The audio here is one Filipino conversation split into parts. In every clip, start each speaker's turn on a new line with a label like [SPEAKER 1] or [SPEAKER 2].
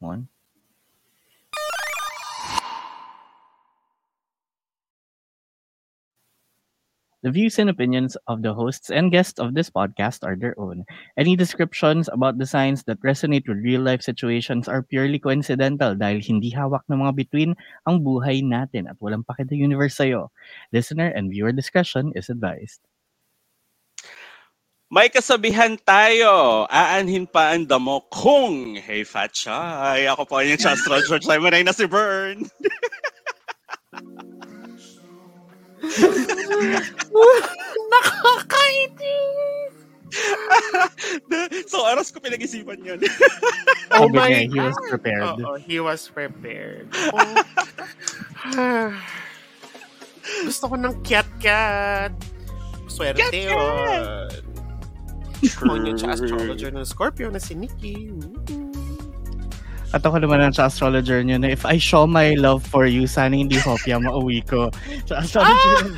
[SPEAKER 1] one The views and opinions of the hosts and guests of this podcast are their own. Any descriptions about the signs that resonate with real-life situations are purely coincidental dahil hindi hawak ng mga bituin ang buhay natin at walang pakit ng universe sa'yo. Listener and viewer discretion is advised.
[SPEAKER 2] May kasabihan tayo, aanhin pa ang damo kung, hey Fat Shy, ako po yung Chastro George Limonay na si Bern.
[SPEAKER 3] Nakakainis!
[SPEAKER 2] so, aras ko pinag-isipan yun.
[SPEAKER 3] Oh
[SPEAKER 1] Sabi
[SPEAKER 3] my
[SPEAKER 1] niya, he was
[SPEAKER 3] God.
[SPEAKER 1] prepared.
[SPEAKER 3] Oo, he was prepared. Oh. Gusto ko ng Kat Kat. Swerte
[SPEAKER 2] Kat Kat!
[SPEAKER 3] yun. Ako yung astrologer ng Scorpio na si Nikki.
[SPEAKER 1] At ako naman ang sa astrologer niyo na if I show my love for you, sana hindi hopya mauwi ko. Sa astrologer ng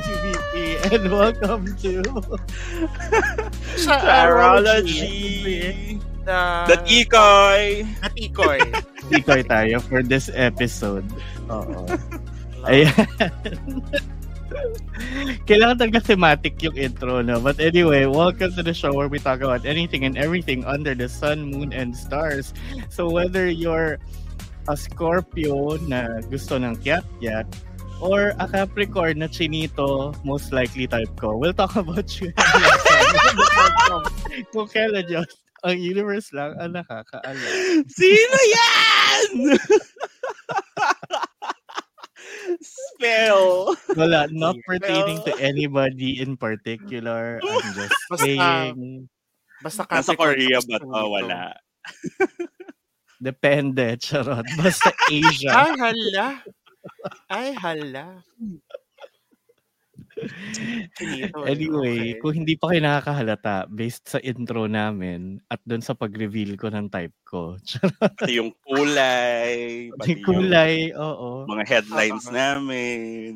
[SPEAKER 1] si VP and welcome to
[SPEAKER 3] Sa
[SPEAKER 2] Astrology.
[SPEAKER 3] Na,
[SPEAKER 2] That ikoy.
[SPEAKER 3] At Ikoy.
[SPEAKER 1] Tikoy tayo for this episode. Oo. Ayan. Kailangan talaga thematic yung intro, no? But anyway, welcome to the show where we talk about anything and everything under the sun, moon, and stars. So whether you're a Scorpio na gusto ng kyat-kyat or a Capricorn na chinito, most likely type ko, we'll talk about you. Kung kailan yun, ang universe lang ang nakakaalam.
[SPEAKER 2] Sino yan? Spell.
[SPEAKER 1] Wala, not
[SPEAKER 3] Well-
[SPEAKER 1] pertaining to anybody in particular. I'm just
[SPEAKER 3] Basta-
[SPEAKER 1] saying.
[SPEAKER 3] Basta
[SPEAKER 2] Nasa
[SPEAKER 3] Capricorn
[SPEAKER 2] Korea
[SPEAKER 3] gusto
[SPEAKER 2] ba
[SPEAKER 3] ko
[SPEAKER 2] to?
[SPEAKER 3] nito.
[SPEAKER 2] Wala.
[SPEAKER 1] Depende, charot. Basta Asia.
[SPEAKER 3] Ay, hala. Ay, hala. Chinito, eh.
[SPEAKER 1] anyway,
[SPEAKER 3] Okay.
[SPEAKER 1] kung hindi pa kayo nakakahalata, based sa intro namin at doon sa pag-reveal ko ng type ko, charot,
[SPEAKER 2] Pati yung kulay. Pati
[SPEAKER 1] yung
[SPEAKER 2] yung
[SPEAKER 1] kulay, oo.
[SPEAKER 2] mga headlines
[SPEAKER 3] Tama.
[SPEAKER 2] namin.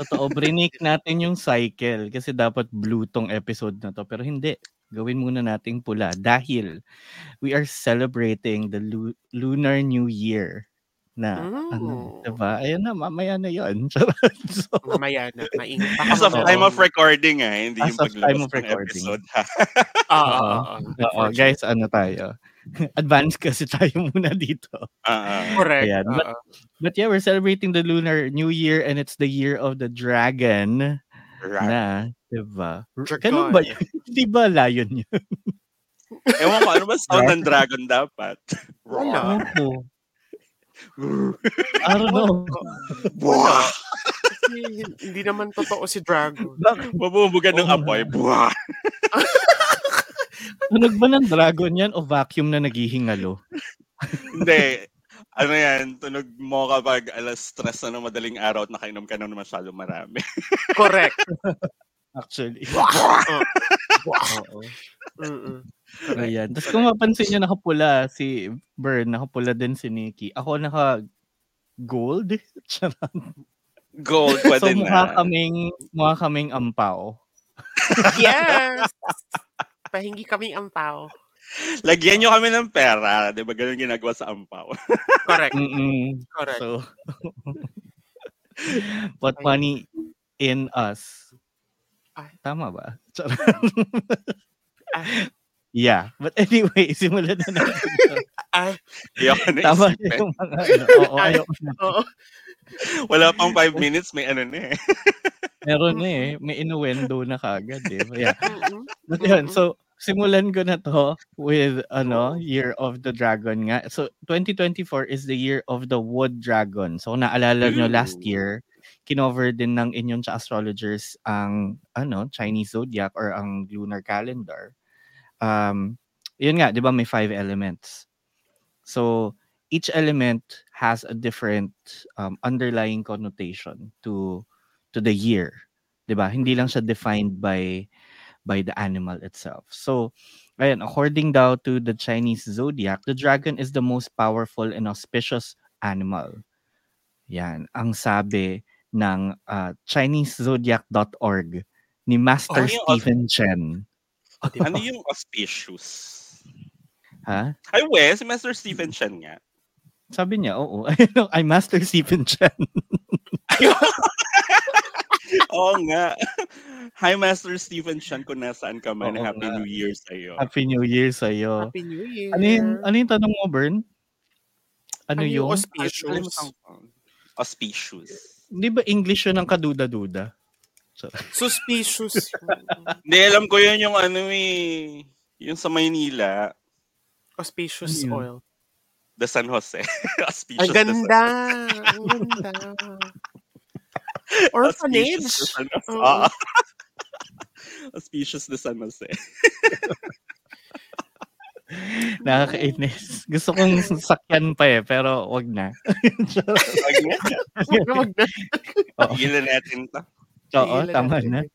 [SPEAKER 1] Totoo, brinik natin yung cycle kasi dapat blue tong episode na to. Pero hindi, gawin muna nating pula dahil we are celebrating the lu- Lunar New Year
[SPEAKER 2] Ah,
[SPEAKER 1] na Ano,
[SPEAKER 3] Mm.
[SPEAKER 1] diba? Ayun na, mamaya na yun. Charot. so,
[SPEAKER 3] Mamaya na, maingat.
[SPEAKER 2] As of
[SPEAKER 1] Oo.
[SPEAKER 2] time of recording ah, hindi
[SPEAKER 1] As
[SPEAKER 2] yung
[SPEAKER 1] of time of
[SPEAKER 2] paglabas ng
[SPEAKER 1] recording.
[SPEAKER 2] episode. ha?
[SPEAKER 3] Oo,
[SPEAKER 1] Oo.
[SPEAKER 3] oo, oo.
[SPEAKER 1] oo, guys, ano tayo? Advance kasi tayo muna dito.
[SPEAKER 2] Ah, ah.
[SPEAKER 3] Correct.
[SPEAKER 1] Ayan, but-
[SPEAKER 3] oo.
[SPEAKER 1] But yeah, we're celebrating the Lunar New Year and it's the year of the dragon
[SPEAKER 2] Right.
[SPEAKER 1] na, diba?
[SPEAKER 3] Dragon.
[SPEAKER 1] Ganun ba yun? Di ba lion yun?
[SPEAKER 2] Ewan ko, ano ba sound ng dragon dapat?
[SPEAKER 1] Ah.
[SPEAKER 3] Wala.
[SPEAKER 1] Ako. I don't know.
[SPEAKER 2] Buwah!
[SPEAKER 3] Kasi hindi naman totoo si Dragon.
[SPEAKER 1] Bak-
[SPEAKER 2] Mabubugad ng
[SPEAKER 1] Oo.
[SPEAKER 2] apoy. Buwah!
[SPEAKER 1] Tunog ba ng dragon yan o vacuum na naghihingalo?
[SPEAKER 2] Hindi. Ano yan, tunog mo kapag alas stress na ng madaling araw at nakainom ka ng masyado marami.
[SPEAKER 3] Correct.
[SPEAKER 1] Actually. Oo.
[SPEAKER 3] Mm-mm.
[SPEAKER 1] Ayan. Tapos kung mapansin nyo, nakapula si Bern, nakapula din si Nikki. Ako naka gold. Charot.
[SPEAKER 2] Gold pa
[SPEAKER 1] so
[SPEAKER 2] din ah.
[SPEAKER 1] mukha
[SPEAKER 2] na.
[SPEAKER 1] kaming, mukha kaming ampaw.
[SPEAKER 3] Yes! Pahingi kami ang tao.
[SPEAKER 2] Lagyan nyo kami ng pera. Di ba ganun ginagawa sa ampaw?
[SPEAKER 3] Correct.
[SPEAKER 1] Mm-mm. Mm,
[SPEAKER 3] Correct.
[SPEAKER 1] So, put money in us.
[SPEAKER 3] Ay.
[SPEAKER 1] Tama ba? Charot.
[SPEAKER 3] Ay.
[SPEAKER 1] yeah. But anyway, simulan na natin. to. ah,
[SPEAKER 3] Ay,
[SPEAKER 2] Ayoko na
[SPEAKER 1] Tama na
[SPEAKER 2] isipin.
[SPEAKER 1] yung mga ano. Oo,
[SPEAKER 3] Ay.
[SPEAKER 1] ayaw na.
[SPEAKER 3] oo.
[SPEAKER 2] Wala pang five minutes, may ano na eh.
[SPEAKER 1] Meron na eh. May inuwendo na kagad eh. But yeah.
[SPEAKER 3] Mm-mm.
[SPEAKER 1] But yun,
[SPEAKER 3] Mm-mm.
[SPEAKER 1] so simulan ko na to with ano, Year of the Dragon nga. So 2024 is the year of the Wood Dragon. So kung naalala nyo last
[SPEAKER 2] Ooh.
[SPEAKER 1] year, kinover din ng inyong sa astrologers ang ano, Chinese zodiac or ang lunar calendar. Um, yun nga, 'di ba may five elements. So each element has a different um, underlying connotation to to the year. 'Di ba? Hindi lang siya defined by by the animal itself. So, ayan, according daw to the Chinese zodiac, the dragon is the most powerful and auspicious animal. Yan, ang sabi ng uh, ChineseZodiac.org ni Master
[SPEAKER 2] Oh, yung aus-
[SPEAKER 1] Stephen Chen.
[SPEAKER 2] Ano yung auspicious?
[SPEAKER 1] Ha?
[SPEAKER 2] Ay, we, si Master Stephen Chen nga.
[SPEAKER 1] Sabi niya, oo. Ayun, I master Stephen Chan.
[SPEAKER 2] Oo nga. Hi, Master Stephen Chan, kung nasaan ka man.
[SPEAKER 1] Oo
[SPEAKER 2] Happy
[SPEAKER 1] nga.
[SPEAKER 2] New Year sa'yo.
[SPEAKER 1] Happy New Year sa'yo.
[SPEAKER 3] Happy New Year.
[SPEAKER 1] Ano yung, ano yung tanong mo, Bern? Ano,
[SPEAKER 3] Ano
[SPEAKER 1] yung?
[SPEAKER 3] yung aus- Auspicious.
[SPEAKER 2] Kalimutan ko. Auspicious.
[SPEAKER 1] Di ba English yun ang kaduda-duda?
[SPEAKER 3] Suspicious.
[SPEAKER 2] Hindi, alam ko yun yung ano eh. Yung sa Maynila,
[SPEAKER 1] Ano
[SPEAKER 3] Auspicious
[SPEAKER 1] yun?
[SPEAKER 3] oil.
[SPEAKER 2] the San Jose. Auspicious.
[SPEAKER 3] Ang
[SPEAKER 2] the San-
[SPEAKER 3] ganda. Ang ganda.
[SPEAKER 2] Auspicious
[SPEAKER 3] Orphanage.
[SPEAKER 2] the San Jose.
[SPEAKER 3] Oo.
[SPEAKER 2] Oo. Auspicious the San Jose.
[SPEAKER 1] Nakakainis. Gusto kong sakyan pa eh, pero wag na.
[SPEAKER 2] Pag nga,
[SPEAKER 3] Huwag na mag-
[SPEAKER 2] tigilan natin to.
[SPEAKER 1] Oo,
[SPEAKER 3] Tigilan
[SPEAKER 1] oh, tama
[SPEAKER 3] natin
[SPEAKER 1] na.
[SPEAKER 3] eh.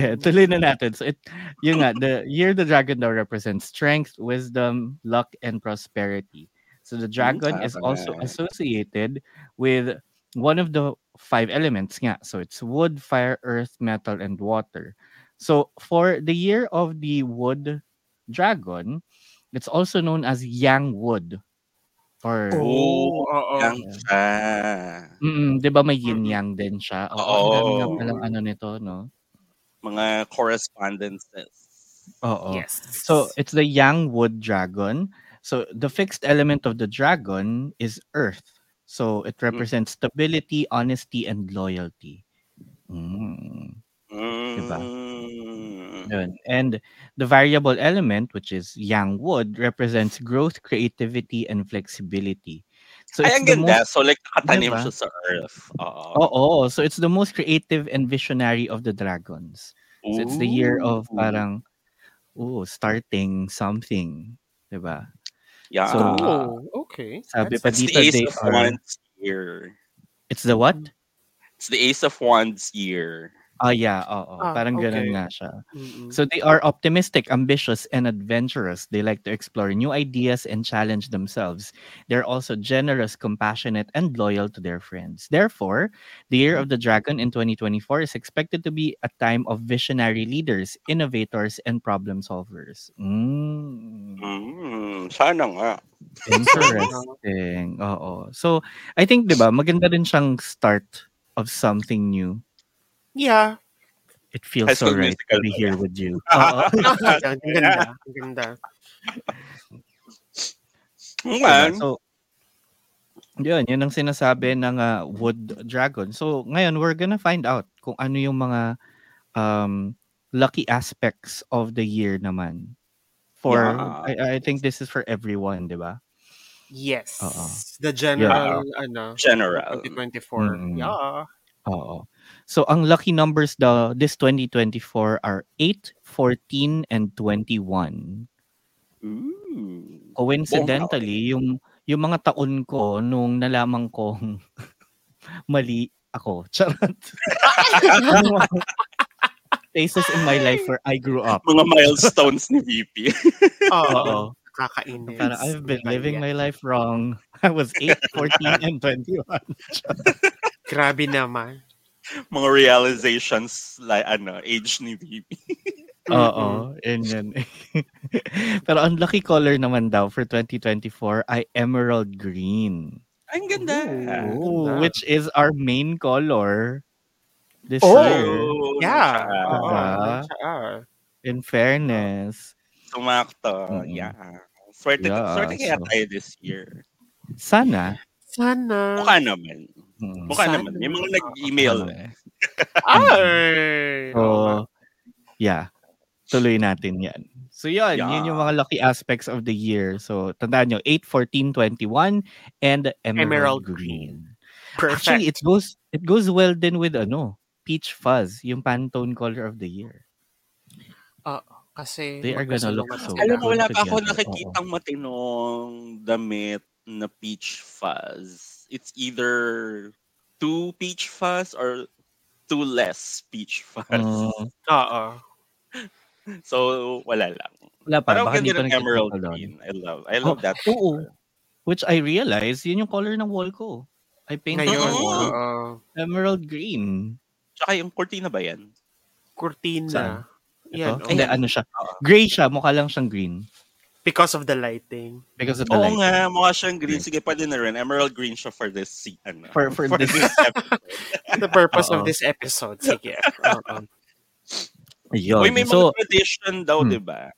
[SPEAKER 1] Eh, tuloy na natin. So, it, yun nga, the year the dragon daw represents strength, wisdom, luck, and prosperity. So the dragon is
[SPEAKER 2] Hmm, tama.
[SPEAKER 1] also associated with one of the five elements nga. So it's wood, fire, earth, metal, and water. So for the year of the wood dragon, it's also known as Yang Wood. Or,
[SPEAKER 2] Oh.
[SPEAKER 3] Oo, oo.
[SPEAKER 2] Yang ah,
[SPEAKER 1] Mm, 'di ba may yin yang din siya?
[SPEAKER 2] Oo.
[SPEAKER 1] ang dami nga palang ano nito, no?
[SPEAKER 2] mga correspondences.
[SPEAKER 1] Oo.
[SPEAKER 3] Yes.
[SPEAKER 1] So it's the yang wood dragon. So the fixed element of the dragon is earth. So
[SPEAKER 2] Mm.
[SPEAKER 1] it represents stability, honesty, and loyalty. Mm, Diba?
[SPEAKER 2] Mm.
[SPEAKER 1] yun. And the variable element, which is yang wood, represents growth, creativity, and flexibility. So it's
[SPEAKER 2] Ay, ang
[SPEAKER 1] the
[SPEAKER 2] ganda. So, like, nakatanim
[SPEAKER 1] Diba?
[SPEAKER 2] siya sa earth.
[SPEAKER 1] Oh,
[SPEAKER 2] Oo.
[SPEAKER 1] oh, so it's the most creative and visionary of the dragons. So it's the year of
[SPEAKER 2] Ooh.
[SPEAKER 1] parang, oh, starting something. 'di ba?
[SPEAKER 2] Yeah.
[SPEAKER 1] so- uh,
[SPEAKER 3] Oh, okay.
[SPEAKER 1] Sabi pa
[SPEAKER 2] it's
[SPEAKER 3] That's-
[SPEAKER 1] dito,
[SPEAKER 2] the Ace
[SPEAKER 1] they
[SPEAKER 2] of
[SPEAKER 1] are,
[SPEAKER 2] Wands year.
[SPEAKER 1] it's the what?
[SPEAKER 3] Mm.
[SPEAKER 2] It's the Ace of Wands year.
[SPEAKER 1] Ah, yeah, oo.
[SPEAKER 3] Ah,
[SPEAKER 1] Parang ganun
[SPEAKER 3] okay.
[SPEAKER 1] nga siya.
[SPEAKER 3] Mm-mm.
[SPEAKER 1] So they are optimistic, ambitious, and adventurous. They like to explore new ideas and challenge themselves. They're also generous, compassionate, and loyal to their friends. Therefore, the Year of the Dragon in 2024 is expected to be a time of visionary leaders, innovators, and problem solvers. Mm.
[SPEAKER 2] Mm, sana nga.
[SPEAKER 1] Interesting. Oo. So, I think, di ba, maganda rin siyang start of something new.
[SPEAKER 3] Yeah.
[SPEAKER 1] It feels
[SPEAKER 2] High
[SPEAKER 1] so
[SPEAKER 2] School
[SPEAKER 1] right to
[SPEAKER 2] Musical Ah,
[SPEAKER 1] be
[SPEAKER 2] ba
[SPEAKER 1] here with you. Oo.
[SPEAKER 3] Ang ganda. Ang ganda.
[SPEAKER 1] Diba?
[SPEAKER 2] Man,
[SPEAKER 1] So, yun, yun ang sinasabi ng ah, wood dragon. So, ngayon, we're gonna find out kung ano yung mga um, lucky aspects of the year naman. For,
[SPEAKER 2] Yeah.
[SPEAKER 1] I, I think this is for everyone, di ba?
[SPEAKER 3] Yes.
[SPEAKER 1] Oo.
[SPEAKER 3] The general, ano,
[SPEAKER 2] general.
[SPEAKER 3] 2024.
[SPEAKER 1] Mm-mm.
[SPEAKER 3] Yeah.
[SPEAKER 1] Oo. So, ang lucky numbers daw this 2024 are 8, 14, and 21.
[SPEAKER 2] Mm.
[SPEAKER 1] Oh. coincidentally, yung yung mga taon ko nung nalaman kong mali ako. Charot. Yung mga Phases in my life where I grew up.
[SPEAKER 2] Mga milestones ni VP.
[SPEAKER 3] Oo.
[SPEAKER 1] Oo.
[SPEAKER 3] Kakainis.
[SPEAKER 1] Parang I've been
[SPEAKER 3] Diba?
[SPEAKER 1] living my life wrong. I was 8, 14, and 21.
[SPEAKER 3] Grabe naman.
[SPEAKER 2] Mga realizations, like, ano, age ni VP.
[SPEAKER 1] Oo,
[SPEAKER 3] Mm.
[SPEAKER 1] yun yun. Pero ang lucky color naman daw for 2024 ay emerald green.
[SPEAKER 2] Ang ganda.
[SPEAKER 1] Ooh,
[SPEAKER 3] Ah, ganda.
[SPEAKER 1] which is our main color this
[SPEAKER 3] Oh!
[SPEAKER 1] year.
[SPEAKER 3] Yeah.
[SPEAKER 2] siya.
[SPEAKER 3] Oo.
[SPEAKER 1] Diba?
[SPEAKER 3] siya.
[SPEAKER 1] In fairness.
[SPEAKER 2] Sumakto.
[SPEAKER 1] Mm-mm.
[SPEAKER 2] Yeah. Swerte,
[SPEAKER 1] Mm-hmm. Yeah,
[SPEAKER 2] swerte kaya
[SPEAKER 1] so-
[SPEAKER 2] tayo this year.
[SPEAKER 1] Sana.
[SPEAKER 3] Sana.
[SPEAKER 2] Mukha naman.
[SPEAKER 1] Mm.
[SPEAKER 2] Mukha
[SPEAKER 3] Sana.
[SPEAKER 2] naman. May mga nag-email.
[SPEAKER 1] Ano eh.
[SPEAKER 3] Ay!
[SPEAKER 1] So, yeah. Tuloy natin yan. So yun,
[SPEAKER 2] Yeah.
[SPEAKER 1] yun yung mga lucky aspects of the year. So tandaan nyo, 8, 14, 21, and Emerald,
[SPEAKER 3] Emerald
[SPEAKER 1] Green.
[SPEAKER 3] Perfect.
[SPEAKER 1] Actually, it goes it goes well then with ano, Peach Fuzz, yung Pantone color of the year.
[SPEAKER 3] Kasi
[SPEAKER 1] They are gonna look
[SPEAKER 3] magkasalungat
[SPEAKER 1] so
[SPEAKER 3] sila.
[SPEAKER 2] Alam mo, wala pa ako
[SPEAKER 1] Together, oo.
[SPEAKER 2] nakikitang matinong damit na peach fuzz. It's either two peach fuzz or two less peach fuzz.
[SPEAKER 1] Uh,
[SPEAKER 3] Oo.
[SPEAKER 2] So, wala lang.
[SPEAKER 1] wala pa.
[SPEAKER 2] Parang
[SPEAKER 1] Baka
[SPEAKER 2] ganda
[SPEAKER 1] di pa
[SPEAKER 2] ng
[SPEAKER 1] nagkikita
[SPEAKER 2] emerald
[SPEAKER 1] doon.
[SPEAKER 2] green. I love. I love
[SPEAKER 1] Oh,
[SPEAKER 2] that.
[SPEAKER 1] Oo. Which I realized, yun yung color ng wall ko. I painted
[SPEAKER 3] Ngayon,
[SPEAKER 1] the
[SPEAKER 2] Oo.
[SPEAKER 1] wall
[SPEAKER 3] oo.
[SPEAKER 2] Ah.
[SPEAKER 1] emerald green.
[SPEAKER 2] Tsaka yung cortina ba yan?
[SPEAKER 3] Kurtina.
[SPEAKER 1] Saan?
[SPEAKER 3] Yan.
[SPEAKER 1] Ito?
[SPEAKER 3] oh.
[SPEAKER 1] Hindi,
[SPEAKER 2] Ayan. Ah.
[SPEAKER 1] ano siya.
[SPEAKER 2] Oo.
[SPEAKER 1] Gray siya. Mukha lang siyang green.
[SPEAKER 3] because of the lighting.
[SPEAKER 1] because of the
[SPEAKER 2] Oo
[SPEAKER 1] lighting.
[SPEAKER 2] nga, mukha siyang green. Sige, pwede na rin. Emerald green siya for this se- ano.
[SPEAKER 1] For- for this-
[SPEAKER 2] episode.
[SPEAKER 3] The purpose
[SPEAKER 1] Oo.
[SPEAKER 3] of this episode. Sige. Oo.
[SPEAKER 1] Ayun.
[SPEAKER 2] Uy, may mga
[SPEAKER 1] So,
[SPEAKER 2] tradition daw,
[SPEAKER 1] Hmm.
[SPEAKER 2] di ba?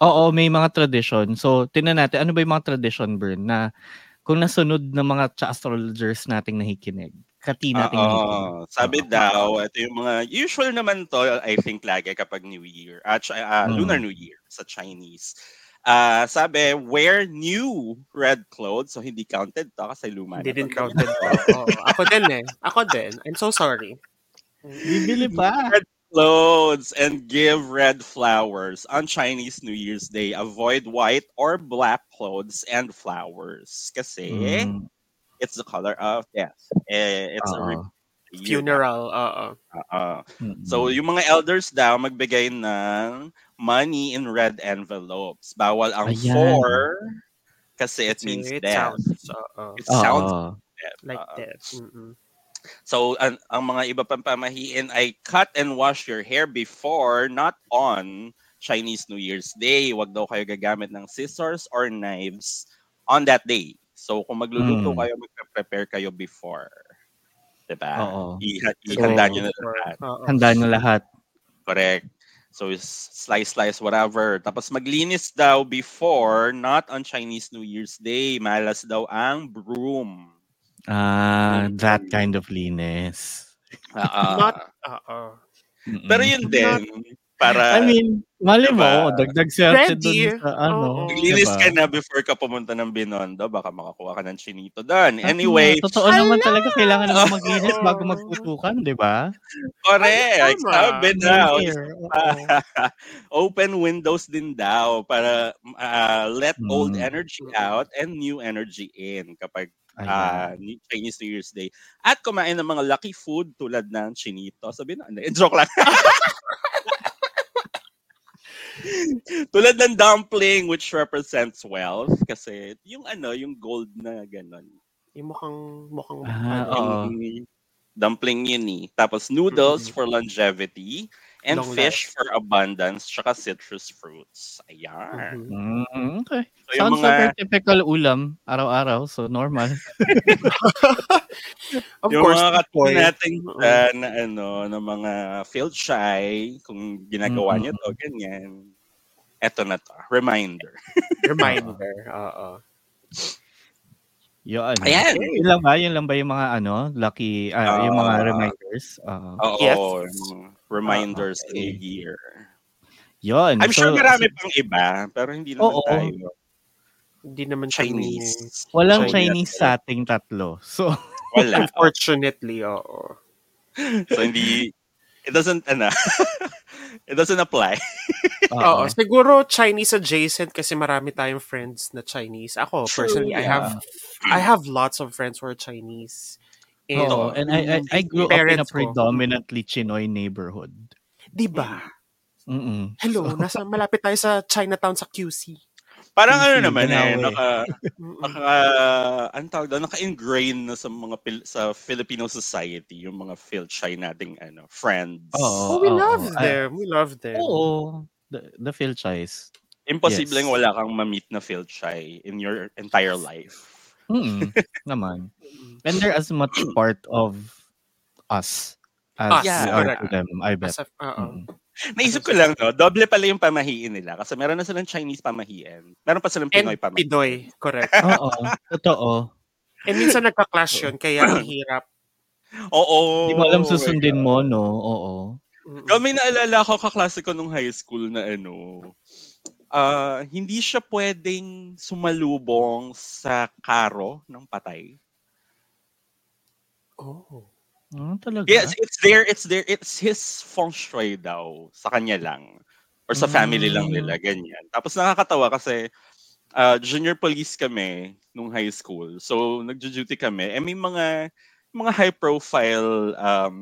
[SPEAKER 1] oo, may mga tradition. So, tinan natin, ano ba yung mga tradition, Bern, na kung nasunod ng mga cha astrologers nating nakikinig, kati nating nakikinig.
[SPEAKER 2] Ah, Oo. Sabi daw, ito yung mga, usual naman to, I think lagi kapag New Year, at
[SPEAKER 1] Hmm.
[SPEAKER 2] Lunar New Year sa Chinese. Ah, sabi, wear new red clothes. So, hindi counted to kasi luma. na
[SPEAKER 3] Didn't
[SPEAKER 2] to.
[SPEAKER 3] count it. Oo. Ako din eh. Ako din. I'm so sorry.
[SPEAKER 1] Bibili ba?
[SPEAKER 2] clothes and give red flowers on Chinese New Year's Day. Avoid white or black clothes and flowers kasi
[SPEAKER 1] Mm,
[SPEAKER 2] it's the color of death. Eh, it's eh. a
[SPEAKER 1] oo.
[SPEAKER 2] re- year.
[SPEAKER 3] Funeral. Oo.
[SPEAKER 2] Oo.
[SPEAKER 1] Mm-mm.
[SPEAKER 2] So yung mga elders daw magbigay ng money in red envelopes. Bawal ang
[SPEAKER 1] Ayan.
[SPEAKER 2] four kasi it means
[SPEAKER 3] it
[SPEAKER 2] death.
[SPEAKER 3] sounds. Oo.
[SPEAKER 2] It
[SPEAKER 1] Oo.
[SPEAKER 2] sounds death.
[SPEAKER 3] Like
[SPEAKER 2] Oo.
[SPEAKER 3] that. Mm-mm.
[SPEAKER 2] So, ang, ang mga iba pang pamahiin ay cut and wash your hair before, not on Chinese New Year's Day. Huwag daw kayo gagamit ng scissors or knives on that day. So, kung
[SPEAKER 1] Mm.
[SPEAKER 2] magluluto kayo, magpe-prepare kayo before. Diba?
[SPEAKER 1] Oo.
[SPEAKER 2] Iha-
[SPEAKER 1] So,
[SPEAKER 2] ihanda nyo na
[SPEAKER 3] Or-
[SPEAKER 2] lahat.
[SPEAKER 3] oo.
[SPEAKER 1] Handa na lahat.
[SPEAKER 2] Correct. So, is- slice, slice, whatever. Tapos, maglinis daw before, not on Chinese New Year's Day. Malas daw ang broom.
[SPEAKER 1] Ah,
[SPEAKER 2] Mm.
[SPEAKER 1] that kind of linis.
[SPEAKER 2] Ah, ah.
[SPEAKER 3] Not- Oo.
[SPEAKER 1] Mm-mm.
[SPEAKER 2] Pero yun din.
[SPEAKER 1] I
[SPEAKER 2] Para...
[SPEAKER 1] mean, mali mo,
[SPEAKER 2] diba?
[SPEAKER 1] dagdag swerte
[SPEAKER 3] Ready.
[SPEAKER 1] dun sa ano.
[SPEAKER 3] Oo.
[SPEAKER 2] Maglinis
[SPEAKER 1] diba?
[SPEAKER 2] ka na before ka pumunta ng Binondo, baka makakuha ka ng chinito
[SPEAKER 1] Tama,
[SPEAKER 2] doon. Anyway,
[SPEAKER 1] totoo naman talaga kailangan
[SPEAKER 2] Oo.
[SPEAKER 1] maglinis bago magtutukan, diba? di ba?
[SPEAKER 2] correct.
[SPEAKER 3] Tama.
[SPEAKER 2] Sabi daw.
[SPEAKER 1] New year, oo.
[SPEAKER 2] Open windows din daw para ah, let old
[SPEAKER 1] Mm.
[SPEAKER 2] energy out and new energy in kapag
[SPEAKER 1] Ayan.
[SPEAKER 2] ah, New- Chinese New Year's Day. At kumain ng mga lucky food tulad ng chinito. Sabi na, hindi, joke lang. tulad ng dumpling which represents wealth kasi yung ano, yung gold na ganun.
[SPEAKER 3] Yung mukhang, mukhang,
[SPEAKER 1] Ah,
[SPEAKER 3] ano,
[SPEAKER 1] oo.
[SPEAKER 2] Dumpling- Dumpling yun eh. Tapos noodles
[SPEAKER 3] Mhm.
[SPEAKER 2] for longevity and
[SPEAKER 3] Long
[SPEAKER 2] fish for abundance tsaka citrus fruits. Ayan.
[SPEAKER 3] mhm.
[SPEAKER 1] Mm, okay.
[SPEAKER 2] So, yung
[SPEAKER 1] Sounds super
[SPEAKER 2] mga,
[SPEAKER 1] typical ulam, araw-araw, so normal.
[SPEAKER 3] Of
[SPEAKER 2] yung
[SPEAKER 3] course,
[SPEAKER 2] mga katulad
[SPEAKER 3] boy.
[SPEAKER 2] natin
[SPEAKER 3] Oo.
[SPEAKER 2] dyan na ano, ng mga field shy, kung ginagawa niyo to, ganyan. Eto na to. Reminder.
[SPEAKER 3] Reminder. Oo.
[SPEAKER 1] Yun.
[SPEAKER 2] Ayan.
[SPEAKER 1] Yun lang ba? Yun lang ba yung mga ano, lucky, ah, yung mga
[SPEAKER 2] Ah.
[SPEAKER 1] reminders? Ah. Oo.
[SPEAKER 2] Oo.
[SPEAKER 3] Yes.
[SPEAKER 2] yung Reminders in a year.
[SPEAKER 1] Yun.
[SPEAKER 3] Mm,
[SPEAKER 2] I'm
[SPEAKER 1] so,
[SPEAKER 2] sure marami pang iba, pero hindi naman
[SPEAKER 1] Oo.
[SPEAKER 2] tayo.
[SPEAKER 3] Hindi naman kami-
[SPEAKER 2] Chinese.
[SPEAKER 1] Walang Chinese
[SPEAKER 2] Chinese
[SPEAKER 1] sa ating tatlo. So,
[SPEAKER 2] Wala.
[SPEAKER 3] Unfortunately, oo.
[SPEAKER 2] So hindi it doesn't ano, it doesn't apply.
[SPEAKER 3] Oo,
[SPEAKER 1] oo.
[SPEAKER 3] siguro Chinese adjacent kasi marami tayong friends na Chinese. Ako,
[SPEAKER 2] True,
[SPEAKER 3] personally,
[SPEAKER 1] yeah.
[SPEAKER 3] I have I have lots of friends who are Chinese. And,
[SPEAKER 1] Oo, and I, I, I grew up in a
[SPEAKER 3] parents ko.
[SPEAKER 1] predominantly Chinoy neighborhood.
[SPEAKER 3] Di ba?
[SPEAKER 1] Mm-mm.
[SPEAKER 3] Hello, nasa malapit tayo sa Chinatown sa QC.
[SPEAKER 2] Parang ano
[SPEAKER 1] Hindi
[SPEAKER 2] naman eh,
[SPEAKER 1] ganawa eh.
[SPEAKER 2] naka
[SPEAKER 3] Mm-mm.
[SPEAKER 2] naka anong tawag doon, naka-ingrain na sa mga Pil- sa Filipino society yung mga Filchay nating ano, friends.
[SPEAKER 1] Oo.
[SPEAKER 3] Oh, we
[SPEAKER 1] oo,
[SPEAKER 3] love
[SPEAKER 1] oo.
[SPEAKER 3] them. We love them.
[SPEAKER 1] Oo. The, the franchise.
[SPEAKER 2] Imposibleng
[SPEAKER 1] Yes.
[SPEAKER 2] wala kang ma-meet na Filchay in your entire life.
[SPEAKER 1] Mm-mm. naman.
[SPEAKER 3] Mm-mm.
[SPEAKER 1] And they're as much part of us as
[SPEAKER 3] Us,
[SPEAKER 1] we
[SPEAKER 2] yeah,
[SPEAKER 1] are
[SPEAKER 3] correct.
[SPEAKER 1] to them, I bet. Mm.
[SPEAKER 3] As a- oo.
[SPEAKER 1] Mm-mm.
[SPEAKER 2] Naisip ko lang, no, doble pala yung pamahiin nila kasi meron na silang Chinese pamahiin. Meron pa silang
[SPEAKER 3] And
[SPEAKER 2] Pinoy pamahiin.
[SPEAKER 3] Pinoy, correct.
[SPEAKER 1] Oo. Totoo.
[SPEAKER 3] And minsan nagka-clash yun, kaya ang hirap.
[SPEAKER 2] Oo.
[SPEAKER 1] Hindi mo alam
[SPEAKER 2] oh my
[SPEAKER 1] susundin
[SPEAKER 2] God.
[SPEAKER 1] mo, no? Oo.
[SPEAKER 3] Mm-mm.
[SPEAKER 2] Kami naalala ko kaklase ko nung high school na ano, ah, hindi siya pwedeng sumalubong sa karo ng patay.
[SPEAKER 3] Oh.
[SPEAKER 1] Ah, talaga?
[SPEAKER 2] Yes, it's there, it's there, it's his feng shui daw sa kanya lang or sa family lang
[SPEAKER 1] Mm.
[SPEAKER 2] nila ganyan. Tapos nakakatawa kasi ah, junior police kami nung high school. So nagjo-duty kami. Eh may mga mga high profile um,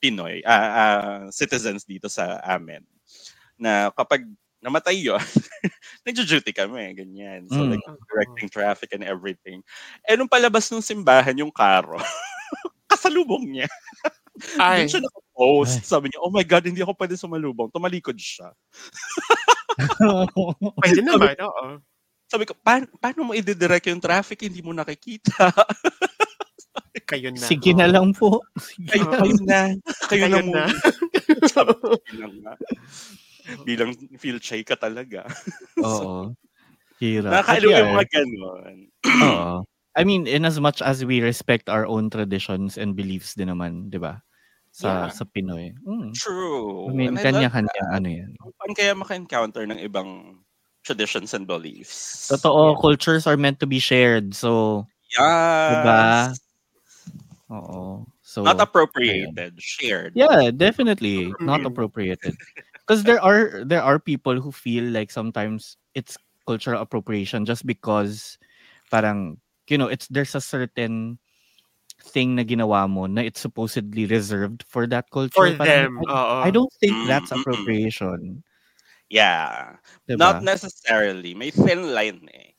[SPEAKER 2] Pinoy ah, ah, citizens dito sa amin na kapag namatay yun, nagjo-duty kami, ganyan. So,
[SPEAKER 1] Mm.
[SPEAKER 2] like, directing traffic and everything. Eh, nung palabas ng simbahan, yung karo, kasalubong niya.
[SPEAKER 3] Ay,
[SPEAKER 2] Doon siya nakapost.
[SPEAKER 1] Ay.
[SPEAKER 2] Sabi niya, oh my God, hindi ako pwede sumalubong. Tumalikod siya.
[SPEAKER 3] pwede naman, oo.
[SPEAKER 2] Sabi ko, pa- paano mo ididirect yung traffic? Hindi mo nakikita.
[SPEAKER 3] Kayo na.
[SPEAKER 1] Sige na lang po. Sige
[SPEAKER 2] Kayo,
[SPEAKER 1] na
[SPEAKER 2] kayo
[SPEAKER 1] lang.
[SPEAKER 2] na. Kayo, na
[SPEAKER 3] Kayo
[SPEAKER 2] muna.
[SPEAKER 3] na.
[SPEAKER 2] Sabi ko, bilang, bilang feel shy ka talaga.
[SPEAKER 1] Oo. Hirap.
[SPEAKER 2] Nakakaliw
[SPEAKER 1] Kasi, ano,
[SPEAKER 2] yung mga ganon.
[SPEAKER 1] Oo. I mean, in as much as we respect our own traditions and beliefs din naman, di ba? Sa,
[SPEAKER 2] Yeah.
[SPEAKER 1] sa Pinoy. Mm. I
[SPEAKER 2] True.
[SPEAKER 1] mean,
[SPEAKER 2] And I love
[SPEAKER 1] kanya-kanya ano yan.
[SPEAKER 2] paano kaya maka-encounter ng ibang traditions and beliefs.
[SPEAKER 1] Totoo, cultures are meant to be shared. So,
[SPEAKER 2] Yes.
[SPEAKER 1] Diba? oo. So,
[SPEAKER 2] Not appropriated. Shared.
[SPEAKER 1] yeah, definitely not
[SPEAKER 3] Mm.
[SPEAKER 1] appropriated. Because there are there are people who feel like sometimes it's cultural appropriation just because parang you know, it's there's a certain thing na ginawa mo na it's supposedly reserved for that culture.
[SPEAKER 3] For
[SPEAKER 1] Parang, I-
[SPEAKER 3] them. Oo.
[SPEAKER 1] I don't think
[SPEAKER 2] Mm,
[SPEAKER 1] that's
[SPEAKER 2] mm, mm.
[SPEAKER 1] appropriation.
[SPEAKER 2] Yeah.
[SPEAKER 1] Diba?
[SPEAKER 2] Not necessarily. May thin line eh.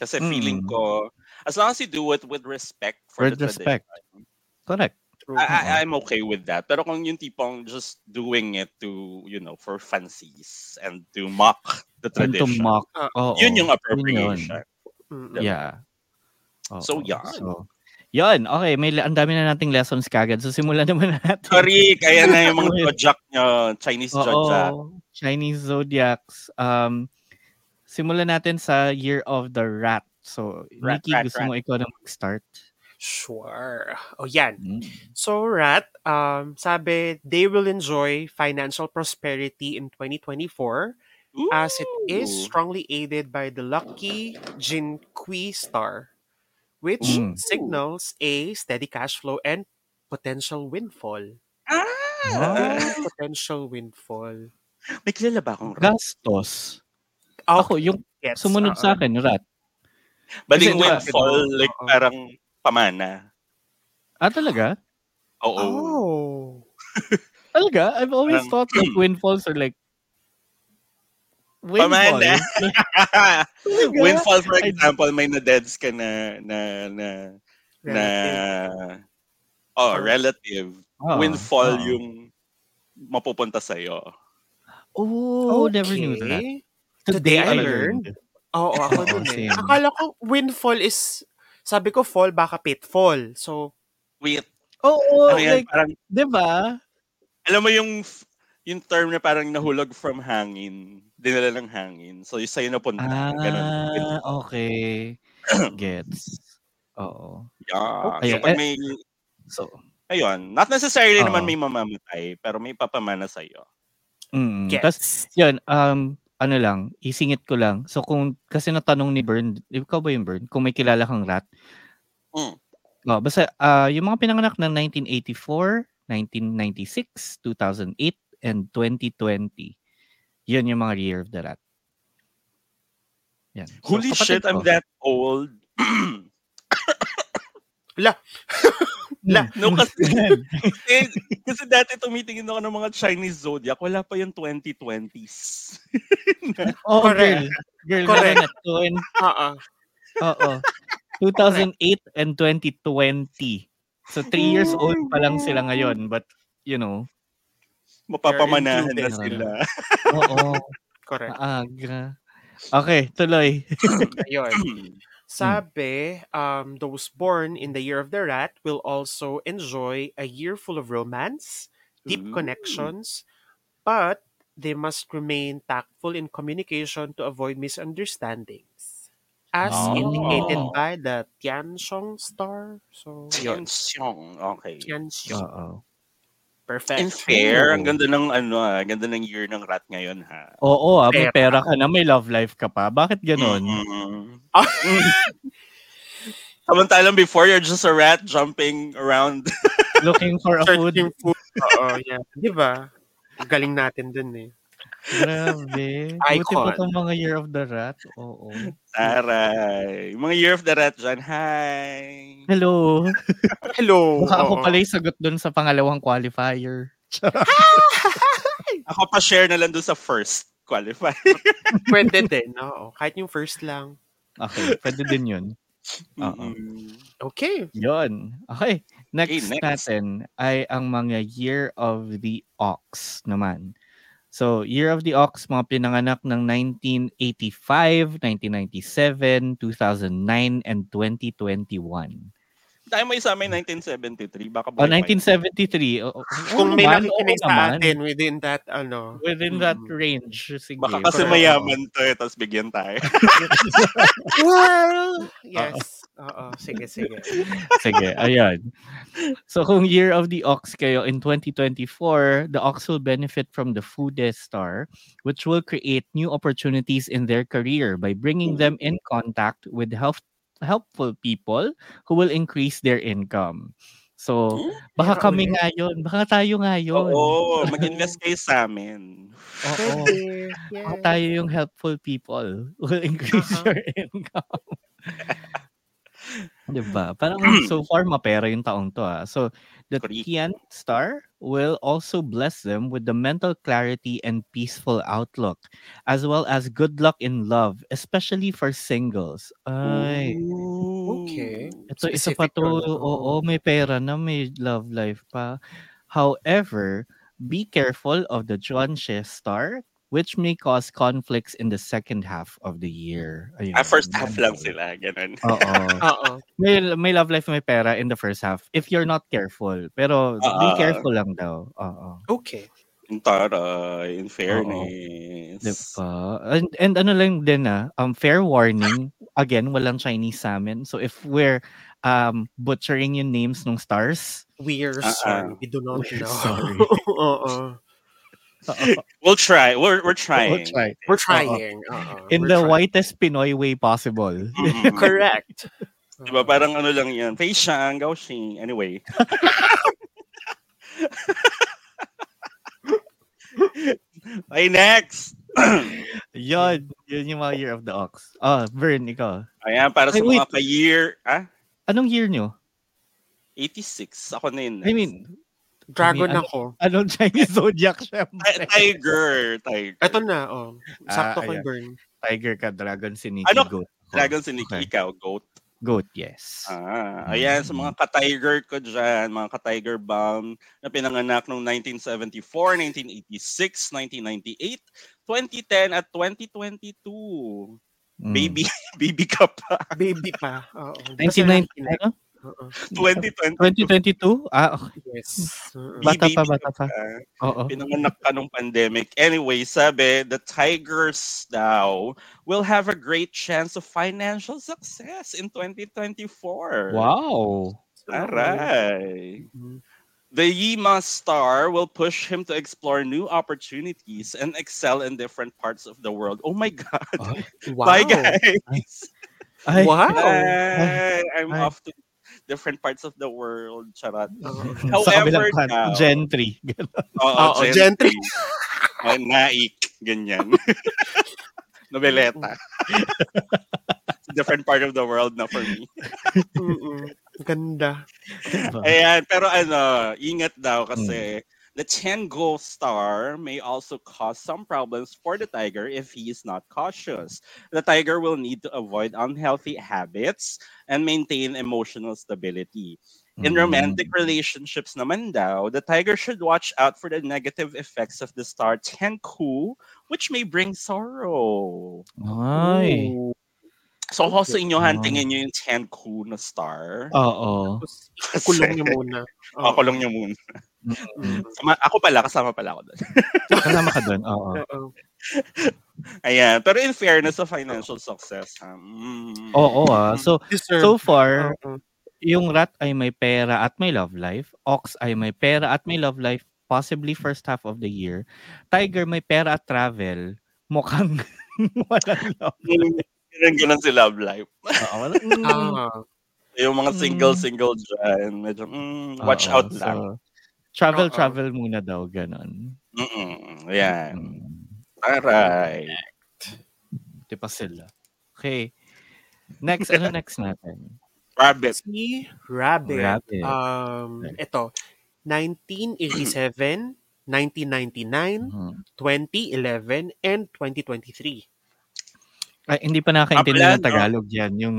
[SPEAKER 2] Kasi
[SPEAKER 1] Mm.
[SPEAKER 2] feeling ko, as long as you do it with respect for
[SPEAKER 1] With
[SPEAKER 2] the
[SPEAKER 1] respect.
[SPEAKER 2] tradition,
[SPEAKER 1] Correct.
[SPEAKER 3] True.
[SPEAKER 2] I, I, I'm okay with that. Pero kung yung tipong just doing it to, you know, for fancies and to mock the
[SPEAKER 1] And to
[SPEAKER 2] tradition.
[SPEAKER 1] mock.
[SPEAKER 2] Uh,
[SPEAKER 3] Ah,
[SPEAKER 1] Oo,
[SPEAKER 2] Yun yung appropriation.
[SPEAKER 3] Mm-mm.
[SPEAKER 1] Yeah.
[SPEAKER 2] So,
[SPEAKER 1] Oo.
[SPEAKER 2] yan.
[SPEAKER 1] So, yan. Okay, may ang dami na nating lessons kagad. So, simulan naman natin.
[SPEAKER 2] Sorry, kaya na yung mga
[SPEAKER 1] Wait.
[SPEAKER 2] jojak nyo, Chinese jojak.
[SPEAKER 1] Oo, Chinese zodiacs. Um, simulan natin sa Year of the Rat. So,
[SPEAKER 2] Rat,
[SPEAKER 1] Nikki,
[SPEAKER 2] rat,
[SPEAKER 1] gusto
[SPEAKER 2] rat.
[SPEAKER 1] mo ikaw na mag-start?
[SPEAKER 3] Sure. O yan.
[SPEAKER 2] Mm.
[SPEAKER 3] So, Rat, um, sabi, they will enjoy financial prosperity in 2024 as it is
[SPEAKER 2] Ooh.
[SPEAKER 3] strongly aided by the lucky Jinqui star, which
[SPEAKER 1] Mm.
[SPEAKER 3] signals a steady cash flow and potential windfall.
[SPEAKER 2] Ah!
[SPEAKER 3] potential windfall.
[SPEAKER 2] May kilala ba akong rat?
[SPEAKER 1] Gastos.
[SPEAKER 3] Oh,
[SPEAKER 1] Ako, yung
[SPEAKER 3] gets,
[SPEAKER 1] sumunod
[SPEAKER 3] oo.
[SPEAKER 2] uh-uh.
[SPEAKER 1] sa akin, rat. Kasi
[SPEAKER 2] Baling
[SPEAKER 1] diba-
[SPEAKER 2] windfall, like
[SPEAKER 3] Oo.
[SPEAKER 2] parang pamana.
[SPEAKER 1] Ah, talaga?
[SPEAKER 2] Oo.
[SPEAKER 3] Oh.
[SPEAKER 1] Talaga? I've always
[SPEAKER 2] Parang-
[SPEAKER 1] thought like windfalls are like windfall.
[SPEAKER 2] Pamana.
[SPEAKER 3] Oh.
[SPEAKER 1] Talaga?
[SPEAKER 2] windfall, for
[SPEAKER 1] I-
[SPEAKER 2] example, may na-deads ka na, na, na, na,
[SPEAKER 3] Relative.
[SPEAKER 2] oh,
[SPEAKER 3] Or-
[SPEAKER 2] relative.
[SPEAKER 1] Oo,
[SPEAKER 2] windfall
[SPEAKER 1] oo.
[SPEAKER 2] yung mapupunta sa'yo.
[SPEAKER 1] Oh, never knew that.
[SPEAKER 3] Okay. Today I
[SPEAKER 1] it.
[SPEAKER 3] Oo, ako
[SPEAKER 1] Oo,
[SPEAKER 3] din eh.
[SPEAKER 1] same.
[SPEAKER 3] Akala ko windfall is, sabi ko fall, baka pitfall. So,
[SPEAKER 2] Wait,
[SPEAKER 1] Oo,
[SPEAKER 2] ano yan?
[SPEAKER 1] Oh, like,
[SPEAKER 2] Parang,
[SPEAKER 1] di ba?
[SPEAKER 2] alam mo yung, f- yung term na parang nahulog from hangin, dinala ng hangin. So, yung sa'yo napunta. ganun.
[SPEAKER 1] Ah, okay. Gets. Oo.
[SPEAKER 2] Yeah.
[SPEAKER 1] Okay.
[SPEAKER 2] So,
[SPEAKER 1] Eh,
[SPEAKER 2] pag may,
[SPEAKER 1] So,
[SPEAKER 2] ayun, not necessarily
[SPEAKER 1] Oo.
[SPEAKER 2] naman may mamamatay, pero may papamana sa'yo.
[SPEAKER 1] mm, tas,
[SPEAKER 3] gets.
[SPEAKER 1] yun, um, ano lang, isingit ko lang. So, kung, kasi natanong ni Bern, ikaw ba yung Bern? Kung may kilala kang rat?
[SPEAKER 2] Mm.
[SPEAKER 1] Oh, basta, ah, yung mga pinanganak ng 1984, 1996, 2008, and 2020. Yun yung mga year of the rat. Yan. So,
[SPEAKER 2] Holy
[SPEAKER 1] kapatid
[SPEAKER 2] shit, oh. I'm
[SPEAKER 1] ko.
[SPEAKER 2] that old.
[SPEAKER 3] La-
[SPEAKER 2] no,
[SPEAKER 1] Hmm.
[SPEAKER 2] kasi, kasi, Eh, kasi dati tumitingin ako ng mga Chinese zodiac, wala pa yung 2020s.
[SPEAKER 1] Oh, girl.
[SPEAKER 3] Correct.
[SPEAKER 1] eh, Girl
[SPEAKER 3] Correct.
[SPEAKER 1] naman at yun.
[SPEAKER 3] Oo.
[SPEAKER 1] Oo. 2008 and 2020. So, three years old pa lang sila ngayon. But, you know.
[SPEAKER 2] Mapapamanahan na
[SPEAKER 1] included.
[SPEAKER 2] sila.
[SPEAKER 1] Oo.
[SPEAKER 3] Correct.
[SPEAKER 1] Maaga. Okay, tuloy.
[SPEAKER 3] Ayun.
[SPEAKER 1] Hmm.
[SPEAKER 3] Sabi, um, those born in the year of the rat will also enjoy a year full of romance, deep
[SPEAKER 2] Ooh.
[SPEAKER 3] connections, but they must remain tactful in communication to avoid misunderstandings. As
[SPEAKER 1] Oh.
[SPEAKER 3] indicated by the Tianshong star. So, yun.
[SPEAKER 2] Tensyong. Okay.
[SPEAKER 3] Tianshong.
[SPEAKER 1] Oo.
[SPEAKER 2] And
[SPEAKER 3] Perfect.
[SPEAKER 2] fair,
[SPEAKER 1] True.
[SPEAKER 2] ang ganda ng ano, ah, ang ganda ng year ng rat ngayon ha.
[SPEAKER 1] Oo, ah, may pera ka na, may love life ka pa. Bakit ganon?
[SPEAKER 2] Mm-mm.
[SPEAKER 3] Ah.
[SPEAKER 2] Mm-hmm. Samantalang before, you're just a rat jumping around.
[SPEAKER 1] Looking for a food?
[SPEAKER 3] Searching food. Oo, yeah. Di ba? Ang Galing natin dun eh.
[SPEAKER 1] Grabe. Buti pa
[SPEAKER 3] Icon.
[SPEAKER 1] tong mga year of the rat. Oo.
[SPEAKER 2] Taray. Yung Mga year of the rat dyan. Hi.
[SPEAKER 1] Hello.
[SPEAKER 3] Hello.
[SPEAKER 1] Baka ako
[SPEAKER 3] oo.
[SPEAKER 1] pala yung sagot dun sa pangalawang qualifier.
[SPEAKER 2] Ako pa share na lang doon sa first qualify.
[SPEAKER 3] Pwede din. Oo. Kahit yung first lang.
[SPEAKER 1] Okay, pwede din yun. Oo.
[SPEAKER 2] Mm-mm.
[SPEAKER 3] Okay.
[SPEAKER 1] Yon. Okay. Next,
[SPEAKER 2] next.
[SPEAKER 1] natin ay ang mga Year of the Ox naman. So, Year of the Ox, mga pinanganak ng 1985, 1997, 2009, and Oh, 2021.
[SPEAKER 2] Tayo may sa amin 1973. Baka
[SPEAKER 1] Oh,
[SPEAKER 2] buhay pa
[SPEAKER 1] 1973.
[SPEAKER 2] yun.
[SPEAKER 1] Oh, oh,
[SPEAKER 3] Kung may
[SPEAKER 1] naman, oo
[SPEAKER 3] nakikinig
[SPEAKER 1] naman.
[SPEAKER 3] sa atin within that, ano,
[SPEAKER 1] Within that
[SPEAKER 3] Mm.
[SPEAKER 1] range, sige.
[SPEAKER 2] Baka kasi
[SPEAKER 1] Pero-
[SPEAKER 2] mayaman to eh, tapos bigyan tayo.
[SPEAKER 3] Well, yes. Oo, sige, sige.
[SPEAKER 1] Sige, ayan. So kung Year of the Ox kayo in 2024, the ox will benefit from the Food Death Star, which will create new opportunities in their career by bringing them in contact with health, helpful people who will increase their income. So, baka
[SPEAKER 3] Meron
[SPEAKER 1] kami nga yun. Baka tayo nga yun.
[SPEAKER 2] Oo, mag-invest kayo sa amin.
[SPEAKER 1] Oo.
[SPEAKER 3] Pwede.
[SPEAKER 1] Baka
[SPEAKER 3] Yes.
[SPEAKER 1] tayo yung helpful people who will increase
[SPEAKER 3] Uh-huh.
[SPEAKER 1] your income. diba? Parang so far mapera yung taong to ah. So the
[SPEAKER 2] Correct.
[SPEAKER 1] Tian star will also bless them with the mental clarity and peaceful outlook as well as good luck in love especially for singles. Ay,
[SPEAKER 3] Okay.
[SPEAKER 1] ito isa pa
[SPEAKER 3] Specific
[SPEAKER 1] to.
[SPEAKER 3] yun, ano?
[SPEAKER 1] Oo, may pera na, may love life pa. However, be careful of the John star which may cause conflicts in the second half of the year. Ayun.
[SPEAKER 2] Ah, first half lang sila, ganun.
[SPEAKER 1] Oo.
[SPEAKER 3] Oo.
[SPEAKER 1] May, may love life, may pera in the first half if you're not careful. Pero be
[SPEAKER 2] Ah.
[SPEAKER 1] careful lang daw. Oo.
[SPEAKER 3] Okay.
[SPEAKER 2] Ang taray, in fairness.
[SPEAKER 1] Diba? And, and ano lang din ah, um, fair warning, again, walang Chinese sa amin. So if we're um, butchering yung names ng stars,
[SPEAKER 3] We are
[SPEAKER 2] Ah, ah.
[SPEAKER 3] sorry. We do not
[SPEAKER 1] We're
[SPEAKER 3] know.
[SPEAKER 1] sorry.
[SPEAKER 3] Oo.
[SPEAKER 2] We'll try. We're, we're trying.
[SPEAKER 1] We'll try.
[SPEAKER 3] We're trying. Oo,
[SPEAKER 1] in
[SPEAKER 3] we're
[SPEAKER 1] the
[SPEAKER 3] trying.
[SPEAKER 1] whitest Pinoy way possible.
[SPEAKER 2] Mhm.
[SPEAKER 3] Correct.
[SPEAKER 2] Diba, parang ano lang yan. Face siya, ang gaw siya. Anyway. okay, next.
[SPEAKER 1] Yun, yun yung mga year of the ox. Ah, Vern, ikaw.
[SPEAKER 2] Ayan, para sa
[SPEAKER 1] Ay,
[SPEAKER 2] mga ka-year, ah,
[SPEAKER 1] Anong year nyo?
[SPEAKER 2] 86. Ako na yun.
[SPEAKER 1] I mean,
[SPEAKER 3] Dragon
[SPEAKER 1] Ano-
[SPEAKER 3] ako.
[SPEAKER 1] anong Chinese zodiac siya?
[SPEAKER 2] Ti- Tiger. Tiger.
[SPEAKER 3] Ito na, oh.
[SPEAKER 1] Ah,
[SPEAKER 3] Sakto kay
[SPEAKER 1] ayan.
[SPEAKER 3] Bern.
[SPEAKER 1] Tiger ka, dragon si Nikki,
[SPEAKER 2] Ano?
[SPEAKER 1] goat. ako.
[SPEAKER 2] Dragon si Nikki,
[SPEAKER 1] Okay.
[SPEAKER 2] ikaw, goat.
[SPEAKER 1] Goat, yes.
[SPEAKER 2] Ah, ayan, sa
[SPEAKER 1] Hmm.
[SPEAKER 2] mga ka-tiger ko dyan, mga ka-tiger bomb na pinanganak noong 1974, 1986, 1998, 2010, at 2022.
[SPEAKER 1] Mm.
[SPEAKER 2] Baby, baby ka pa.
[SPEAKER 3] Baby pa. Oo.
[SPEAKER 1] 1990,
[SPEAKER 3] Basta-
[SPEAKER 1] ano?
[SPEAKER 3] Oo.
[SPEAKER 2] 2020.
[SPEAKER 1] 2022? Ah, okay.
[SPEAKER 3] Yes. Oo.
[SPEAKER 2] Ba-
[SPEAKER 1] Bata pa,
[SPEAKER 2] baby
[SPEAKER 1] bata pa.
[SPEAKER 2] Ah,
[SPEAKER 1] Oo.
[SPEAKER 2] Pinanganak ka nung pandemic. Anyway, sabi, the Tigers now will have a great chance of financial success in 2024.
[SPEAKER 1] Wow.
[SPEAKER 2] Aray.
[SPEAKER 3] Mhm.
[SPEAKER 2] The Yima star will push him to explore new opportunities and excel in different parts of the world. Oh my god.
[SPEAKER 3] Wow.
[SPEAKER 2] Bye guys.
[SPEAKER 1] Ay,
[SPEAKER 3] Wow.
[SPEAKER 2] Bye. I'm
[SPEAKER 1] Ay.
[SPEAKER 2] off to different parts of the world. Charat.
[SPEAKER 1] sa kabilang
[SPEAKER 2] However, uh,
[SPEAKER 1] pan,
[SPEAKER 2] now-
[SPEAKER 1] gentry.
[SPEAKER 2] Oo,
[SPEAKER 3] Oo, gentry.
[SPEAKER 2] Ay, naik. Ganyan. Nobeleta. different part of the world na for me.
[SPEAKER 3] Mm-mm. Ganda.
[SPEAKER 2] Ayan, pero ano, ingat daw kasi the Chengo star may also cause some problems for the tiger if he is not cautious. The tiger will need to avoid unhealthy habits and maintain emotional stability.
[SPEAKER 1] Mm.
[SPEAKER 2] In romantic relationships naman daw, the tiger should watch out for the negative effects of the star Tenku, which may bring sorrow.
[SPEAKER 1] Ay.
[SPEAKER 2] So, ako sa inyo,
[SPEAKER 1] Ah.
[SPEAKER 2] han, tingin nyo yung Tenku na star.
[SPEAKER 1] Oo.
[SPEAKER 3] Tapos, Kulong niyo muna. Oo.
[SPEAKER 2] Ako lang yung muna.
[SPEAKER 3] Mm.
[SPEAKER 2] Sama- ako pala, kasama pala ako doon.
[SPEAKER 1] Kasama ka doon. Oo.
[SPEAKER 3] Oo.
[SPEAKER 2] Ayan. Pero in fairness sa financial success, ha? Mm.
[SPEAKER 1] Oo ah. So,
[SPEAKER 3] Deserve.
[SPEAKER 1] so far,
[SPEAKER 3] Oo.
[SPEAKER 1] yung rat ay may pera at may love life. Ox ay may pera at may love life. Possibly first half of the year. Tiger may pera at travel. Mukhang walang love.
[SPEAKER 2] Mm, Ganun ganun si love life.
[SPEAKER 1] Oo, walang-
[SPEAKER 3] Ah.
[SPEAKER 2] Yung mga
[SPEAKER 1] Mm.
[SPEAKER 2] single-single dyan, medyo, mm, watch
[SPEAKER 1] Oo,
[SPEAKER 2] out
[SPEAKER 1] so,
[SPEAKER 2] lang.
[SPEAKER 1] travel,
[SPEAKER 3] Oo.
[SPEAKER 1] travel muna daw. Ganon.
[SPEAKER 2] Mm-mm. Ayan.
[SPEAKER 1] Mm.
[SPEAKER 2] Aray.
[SPEAKER 1] Di pa sila. Okay. Next, ano next natin?
[SPEAKER 2] Rabbit.
[SPEAKER 3] Si Rabbit.
[SPEAKER 1] Rabbit.
[SPEAKER 3] Um, ito. 1987, 1999,
[SPEAKER 1] Mhm.
[SPEAKER 3] 2011, and 2023.
[SPEAKER 1] Ay, hindi pa nakakaintindi
[SPEAKER 2] Kaplan,
[SPEAKER 1] ng
[SPEAKER 2] no?
[SPEAKER 1] Tagalog yan. Yung,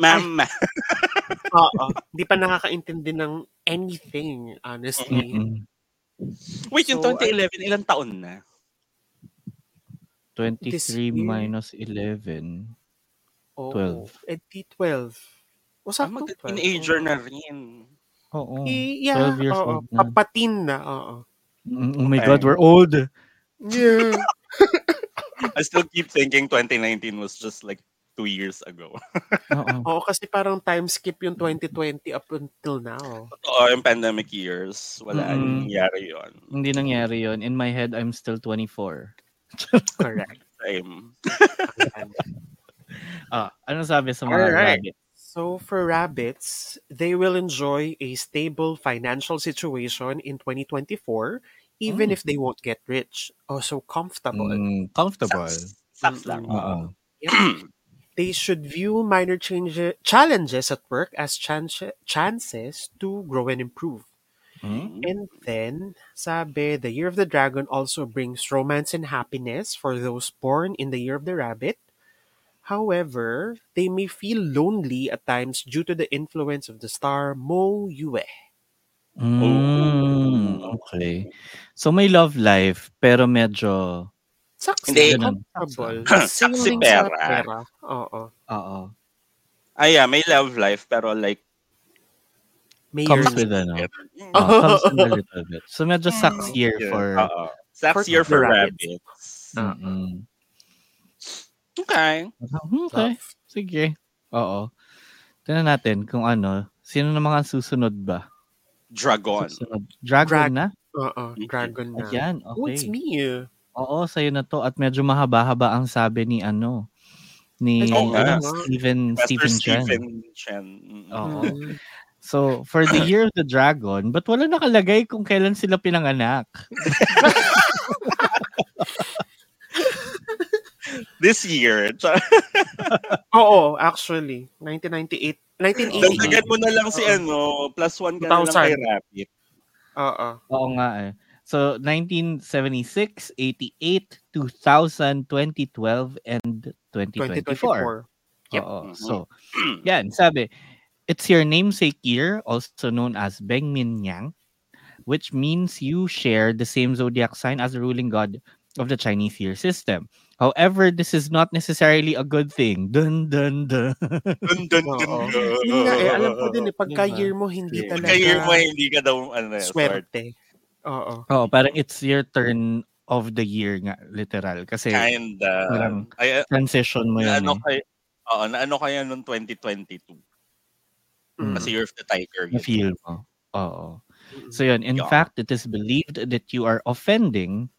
[SPEAKER 2] Ma'am.
[SPEAKER 3] Oo. Hindi pa nakakaintindi ng anything, honestly.
[SPEAKER 1] Mm-mm.
[SPEAKER 2] Wait, yung
[SPEAKER 3] So,
[SPEAKER 2] 2011, ilang taon na?
[SPEAKER 1] 23
[SPEAKER 3] This year.
[SPEAKER 1] minus 11.
[SPEAKER 3] Oo.
[SPEAKER 1] 12.
[SPEAKER 3] Eh, di 12.
[SPEAKER 2] Ah,
[SPEAKER 3] O sakto, 12.
[SPEAKER 2] magka-teenager
[SPEAKER 3] Oo.
[SPEAKER 2] na rin.
[SPEAKER 1] Oo.
[SPEAKER 3] Eh, yeah,
[SPEAKER 1] 12 years
[SPEAKER 3] oo.
[SPEAKER 1] old na.
[SPEAKER 3] Papatin na, oo.
[SPEAKER 1] Mm, Oh my
[SPEAKER 2] Okay.
[SPEAKER 1] God, we're old.
[SPEAKER 3] Yeah.
[SPEAKER 2] I still keep thinking 2019 was just like two years ago.
[SPEAKER 1] Oo.
[SPEAKER 3] oo, kasi parang time skip yung 2020 up until now.
[SPEAKER 2] Totoo, yung pandemic years, wala
[SPEAKER 1] Mm-mm.
[SPEAKER 2] mm nangyari yun.
[SPEAKER 1] Hindi nangyari yon. In my head, I'm still 24.
[SPEAKER 3] Correct.
[SPEAKER 2] Same.
[SPEAKER 3] Ayan.
[SPEAKER 1] Ah, ano sabi sa mga
[SPEAKER 3] Alright.
[SPEAKER 1] rabbit?
[SPEAKER 3] So for rabbits, they will enjoy a stable financial situation in 2024
[SPEAKER 1] Mm.
[SPEAKER 3] even if they won't get rich. Oh, so comfortable.
[SPEAKER 1] Mm, comfortable.
[SPEAKER 2] Sucks. Sucks lang.
[SPEAKER 1] Oo.
[SPEAKER 3] They should view minor change- challenges at work as chance- chances to grow and improve.
[SPEAKER 1] Mm?
[SPEAKER 2] Mm-hmm.
[SPEAKER 3] And then, sabi, the Year of the Dragon also brings romance and happiness for those born in the Year of the Rabbit. However, they may feel lonely at times due to the influence of the star Mo Yue.
[SPEAKER 1] Mm, okay. So may love life, pero medyo...
[SPEAKER 3] Sucks
[SPEAKER 2] Hindi.
[SPEAKER 3] na comfortable.
[SPEAKER 2] Sucks si
[SPEAKER 3] Sailing sa
[SPEAKER 2] pera.
[SPEAKER 3] pera. Oo.
[SPEAKER 1] Oo.
[SPEAKER 2] Ah, yeah, may love life, pero like,
[SPEAKER 3] May
[SPEAKER 1] Comes with
[SPEAKER 3] yearning.
[SPEAKER 1] ano.
[SPEAKER 3] Oh.
[SPEAKER 1] Oh, comes in a little bit. So medyo sucks year
[SPEAKER 2] Yeah,
[SPEAKER 1] for...
[SPEAKER 2] oo. Sucks
[SPEAKER 3] for
[SPEAKER 2] year for
[SPEAKER 3] rabbits.
[SPEAKER 2] rabbits.
[SPEAKER 3] Ah.
[SPEAKER 1] Mm-mm.
[SPEAKER 2] Okay.
[SPEAKER 1] Okay. Sige. Oo. Tignan natin kung ano. Sino na mga susunod ba?
[SPEAKER 2] Dragon.
[SPEAKER 1] Susunod. Dragon
[SPEAKER 3] Drag-
[SPEAKER 1] na?
[SPEAKER 3] Oo, dragon na.
[SPEAKER 1] Ayan, okay.
[SPEAKER 3] Oh, it's me.
[SPEAKER 1] Oo, sa'yo na to. At medyo mahaba-haba ang sabi ni ano. Ni
[SPEAKER 2] Oo nga.
[SPEAKER 1] ano, Stephen,
[SPEAKER 2] Pastor
[SPEAKER 1] Stephen Chen. Oh.
[SPEAKER 2] Stephen Chen. Mm-mm.
[SPEAKER 1] Oo.
[SPEAKER 3] Mm.
[SPEAKER 1] So, for the Year of the Dragon, but wala nakalagay kung kailan sila pinanganak.
[SPEAKER 2] This year. Char-
[SPEAKER 3] Oo, actually. 1998. 1988.
[SPEAKER 2] Dagdagan mo na lang si ano, plus one ka na lang
[SPEAKER 3] 2000.
[SPEAKER 2] kay rabbit.
[SPEAKER 3] Oo.
[SPEAKER 1] Oo nga eh. So, 1976, 88, 2000, 2012, and 2024.
[SPEAKER 3] 2024. Yep.
[SPEAKER 1] Oo. So, yan, sabi, it's your namesake year, also known as Bengmin Yang, which means you share the same zodiac sign as the ruling god of the Chinese year system. However, this is not necessarily a good thing. Dun, dun, dun.
[SPEAKER 2] Dun, dun, dun,
[SPEAKER 3] Oo.
[SPEAKER 2] dun.
[SPEAKER 3] Yun nga eh, alam ko din eh, pagka
[SPEAKER 1] Diba?
[SPEAKER 3] year mo hindi
[SPEAKER 1] Yeah.
[SPEAKER 3] talaga
[SPEAKER 2] Pagka year mo, hindi ka daw, ano, eh, swerte.
[SPEAKER 3] swerte. Oo.
[SPEAKER 1] Oo, Oh, parang it's your turn of the year nga, literal. Kasi
[SPEAKER 2] Kinda.
[SPEAKER 1] Parang-
[SPEAKER 2] Ay, eh,
[SPEAKER 1] transition mo yun.
[SPEAKER 2] ano
[SPEAKER 1] eh.
[SPEAKER 2] kay Oo, na ano kaya noong 2022?
[SPEAKER 1] Hmm.
[SPEAKER 3] Mm.
[SPEAKER 2] Kasi Year of the Tiger.
[SPEAKER 1] Na
[SPEAKER 2] yun.
[SPEAKER 1] feel mo. Oo. So yun, in
[SPEAKER 2] Yeah.
[SPEAKER 1] fact, it is believed that you are offending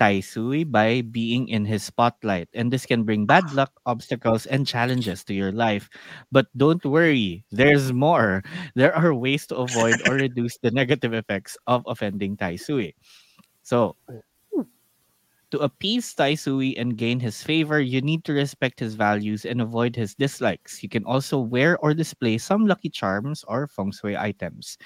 [SPEAKER 1] Tai Sui by being in his spotlight. And this can bring bad luck, obstacles, and challenges to your life. But don't worry, there's more. There are ways to avoid or reduce the negative effects of offending Tai Sui. So, to appease Tai Sui and gain his favor, you need to respect his values and avoid his dislikes. You can also wear or display some lucky charms or feng shui items.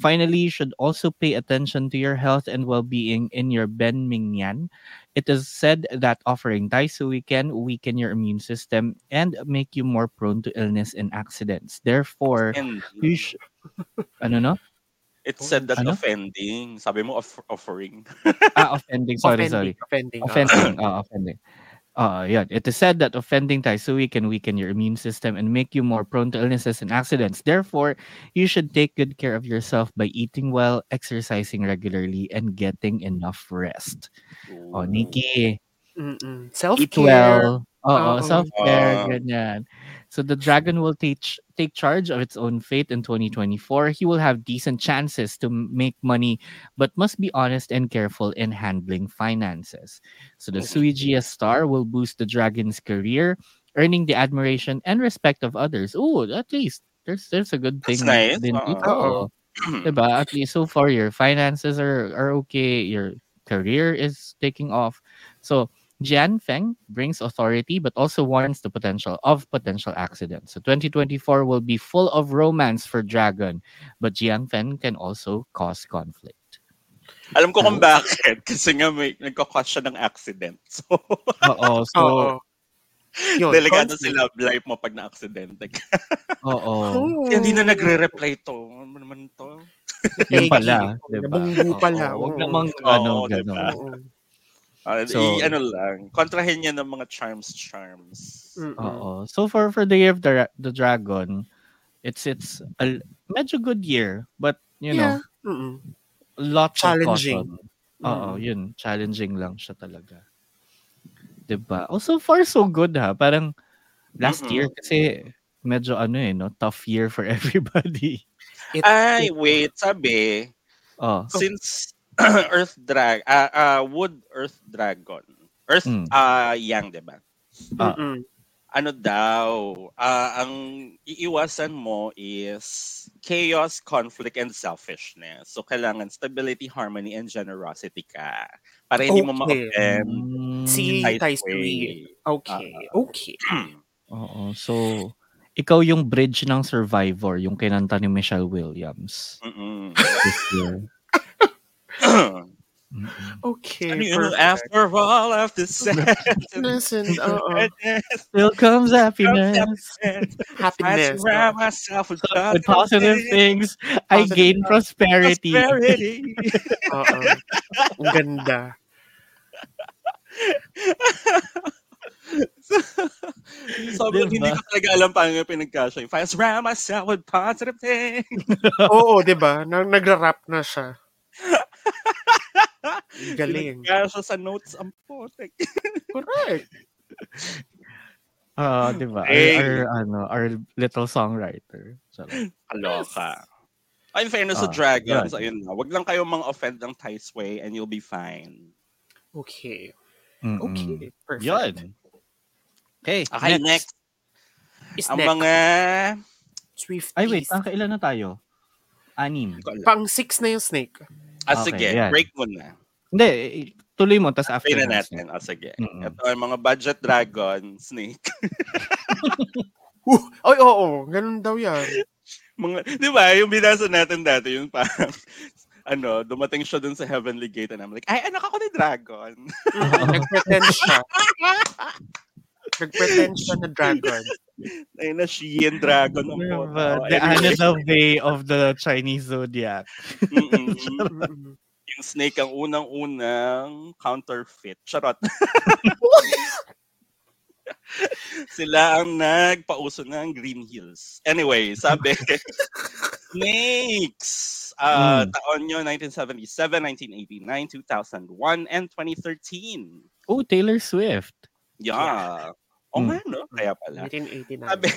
[SPEAKER 1] Finally, you should also pay attention to your health and well-being in your Ben Mingyan. It is said that offering Tai Sui can weaken your immune system and make you more prone to illness and accidents. Therefore,
[SPEAKER 2] And
[SPEAKER 1] you sh- ano no?
[SPEAKER 2] it said that
[SPEAKER 1] Ano?
[SPEAKER 2] offending. Sabi mo off- offering.
[SPEAKER 1] Ah, offending. Sorry, sorry.
[SPEAKER 3] Offending.
[SPEAKER 1] offending.
[SPEAKER 3] Offending.
[SPEAKER 1] uh, offending. Uh, yeah, it is said that offending taisui can weaken your immune system and make you more prone to illnesses and accidents. Therefore, you should take good care of yourself by eating well, exercising regularly, and getting enough rest. Oh, Nikki,
[SPEAKER 3] Mm-mm.
[SPEAKER 1] eat
[SPEAKER 3] Self-care.
[SPEAKER 1] well. Oh,
[SPEAKER 3] Oo.
[SPEAKER 1] self-care,
[SPEAKER 2] Ah.
[SPEAKER 1] ganyan. So the dragon will take take charge of its own fate in 2024. He will have decent chances to m- make money, but must be honest and careful in handling finances. So the Suijiya star will boost the dragon's career, earning the admiration and respect of others. Oh, at least there's there's a good
[SPEAKER 2] That's
[SPEAKER 1] thing.
[SPEAKER 2] nice.
[SPEAKER 1] din
[SPEAKER 2] Oo.
[SPEAKER 1] dito.
[SPEAKER 3] Oo.
[SPEAKER 1] Diba? At least so far, your finances are, are okay. Your career is taking off. So, Jian Feng brings authority but also warns the potential of potential accidents. So, 2024 will be full of romance for Dragon, but Jian Feng can also cause conflict.
[SPEAKER 2] Alam ko kung
[SPEAKER 1] Diba?
[SPEAKER 2] bakit. Kasi nga may nagka-question ng accident. So,
[SPEAKER 1] Oo,
[SPEAKER 3] Oo.
[SPEAKER 1] so,
[SPEAKER 3] Yun.
[SPEAKER 2] delikado si
[SPEAKER 3] Conflict.
[SPEAKER 2] love life mo pag na-accident.
[SPEAKER 1] oo.
[SPEAKER 3] Oo.
[SPEAKER 2] Hindi na nagre-reply to. Ano naman to?
[SPEAKER 1] Yung pala, diba?
[SPEAKER 3] Nabunggu pala.
[SPEAKER 1] Oo, Huwag
[SPEAKER 3] oo.
[SPEAKER 1] namang,
[SPEAKER 2] Oo,
[SPEAKER 1] ano,
[SPEAKER 2] diba?
[SPEAKER 1] ganun.
[SPEAKER 3] Oo.
[SPEAKER 2] Ah,
[SPEAKER 1] So-
[SPEAKER 2] i, ano lang, kontrahin niya ng mga charms, charms.
[SPEAKER 1] Mm.
[SPEAKER 3] Mm-mm.
[SPEAKER 1] Oo. So for for the year of the, Ra- the dragon, it's it's a medyo good year, but you know,
[SPEAKER 3] Mm-mm.
[SPEAKER 1] lots
[SPEAKER 3] Challenging. Mm.
[SPEAKER 1] of caution. Oo, yun, challenging lang siya talaga. 'Di ba? Oh, so far so good ha. Parang last
[SPEAKER 2] Mm-mm.
[SPEAKER 1] year kasi medyo ano eh, no, tough year for everybody.
[SPEAKER 3] It-
[SPEAKER 2] Ay,
[SPEAKER 3] it-
[SPEAKER 2] wait, sabi,
[SPEAKER 1] Oh,
[SPEAKER 2] since Earth Drag, ah ah, Wood Earth Dragon, Earth
[SPEAKER 1] Mm.
[SPEAKER 2] ah Yang, di ba?
[SPEAKER 1] ah.
[SPEAKER 3] Mm-mm.
[SPEAKER 2] Ano daw, ah, ang iiwasan mo is chaos, conflict, and selfishness. So, kailangan stability, harmony, and generosity ka. Para hindi mo
[SPEAKER 3] Okay.
[SPEAKER 2] ma-offend.
[SPEAKER 1] mm,
[SPEAKER 3] Si
[SPEAKER 2] Either
[SPEAKER 3] Tai Sui.
[SPEAKER 2] way.
[SPEAKER 3] Okay.
[SPEAKER 1] Ah.
[SPEAKER 3] Okay.
[SPEAKER 1] Oo. So ikaw yung bridge ng survivor, yung kinanta ni Michelle Williams
[SPEAKER 2] Mm-mm.
[SPEAKER 1] this year. Mm-mm.
[SPEAKER 3] Okay.
[SPEAKER 2] Ano yun?
[SPEAKER 3] perfect.
[SPEAKER 2] After all of the sadness
[SPEAKER 3] Listen, oo.
[SPEAKER 2] sadness,
[SPEAKER 1] Still comes happiness.
[SPEAKER 2] sadness, I
[SPEAKER 3] Happiness.
[SPEAKER 2] surround myself with
[SPEAKER 1] with positive things, I
[SPEAKER 3] Positive
[SPEAKER 1] gain prosperity.
[SPEAKER 2] prosperity.
[SPEAKER 3] Oo. Ang ganda.
[SPEAKER 2] Sobrang
[SPEAKER 1] Diba?
[SPEAKER 2] hindi ko talaga alam paano nga pinagkasya. If I surround myself with positive things.
[SPEAKER 3] Oo, di ba? Nang nagra-rap na siya. Galing.
[SPEAKER 2] Pinagkasya sa notes ang putik.
[SPEAKER 3] Correct.
[SPEAKER 1] Ah, 'di ba? Our,
[SPEAKER 2] Hey.
[SPEAKER 1] our, ano, our little songwriter. Charot.
[SPEAKER 2] Kaloka. Ay, in fairness sa
[SPEAKER 1] Ah,
[SPEAKER 2] dragons,
[SPEAKER 1] right.
[SPEAKER 2] ayun na. Wag lang kayong mga offend ng Thais way and you'll be fine.
[SPEAKER 3] Okay.
[SPEAKER 1] Mm-mm.
[SPEAKER 3] Okay. Perfect.
[SPEAKER 1] Mm. Yun. Ah, Okay,
[SPEAKER 2] Okay, next.
[SPEAKER 3] Is
[SPEAKER 2] Ang
[SPEAKER 3] next,
[SPEAKER 2] mga...
[SPEAKER 3] Swifties.
[SPEAKER 1] Ay, wait. Ang kailan na tayo? Anim.
[SPEAKER 3] Pang six na yung snake.
[SPEAKER 2] Ah,
[SPEAKER 1] Okay,
[SPEAKER 2] sige.
[SPEAKER 1] yan.
[SPEAKER 2] Break muna.
[SPEAKER 1] Hindi, eh, tuloy mo. Tapos after Mm-hmm.
[SPEAKER 2] Play na
[SPEAKER 1] na.
[SPEAKER 2] natin. Ah, sige.
[SPEAKER 1] Mm-mm.
[SPEAKER 2] Ito ay mga budget dragon, snake.
[SPEAKER 3] Uh, ay, oo. ganun daw yan.
[SPEAKER 2] mga, di ba, yung binasa natin dati, yung parang, ano, dumating siya dun sa Heavenly Gate and I'm like, ay, anak ako ni Dragon.
[SPEAKER 3] Mm, Nag-pretend siya. Nag-pretend siya na dragon.
[SPEAKER 2] Ayun na, she and Dragon. Ang
[SPEAKER 1] Ano
[SPEAKER 2] puta.
[SPEAKER 1] ba?
[SPEAKER 2] Oh,
[SPEAKER 1] The
[SPEAKER 2] anyway,
[SPEAKER 1] Annabelle of the Chinese Zodiac.
[SPEAKER 2] mm-mm.
[SPEAKER 3] Mm-mm.
[SPEAKER 2] yung snake ang unang-unang counterfeit. Charot. Sila ang nagpauso ng Green Hills. Anyway, sabi, snakes!
[SPEAKER 1] Mm.
[SPEAKER 2] Uh, Taon nyo, 1977, 1989, 2001, and 2013.
[SPEAKER 1] Oh, Taylor Swift.
[SPEAKER 2] Yeah. Oh,
[SPEAKER 1] Mm.
[SPEAKER 2] nga, no? Kaya pala.
[SPEAKER 3] 1989.
[SPEAKER 2] Sabi,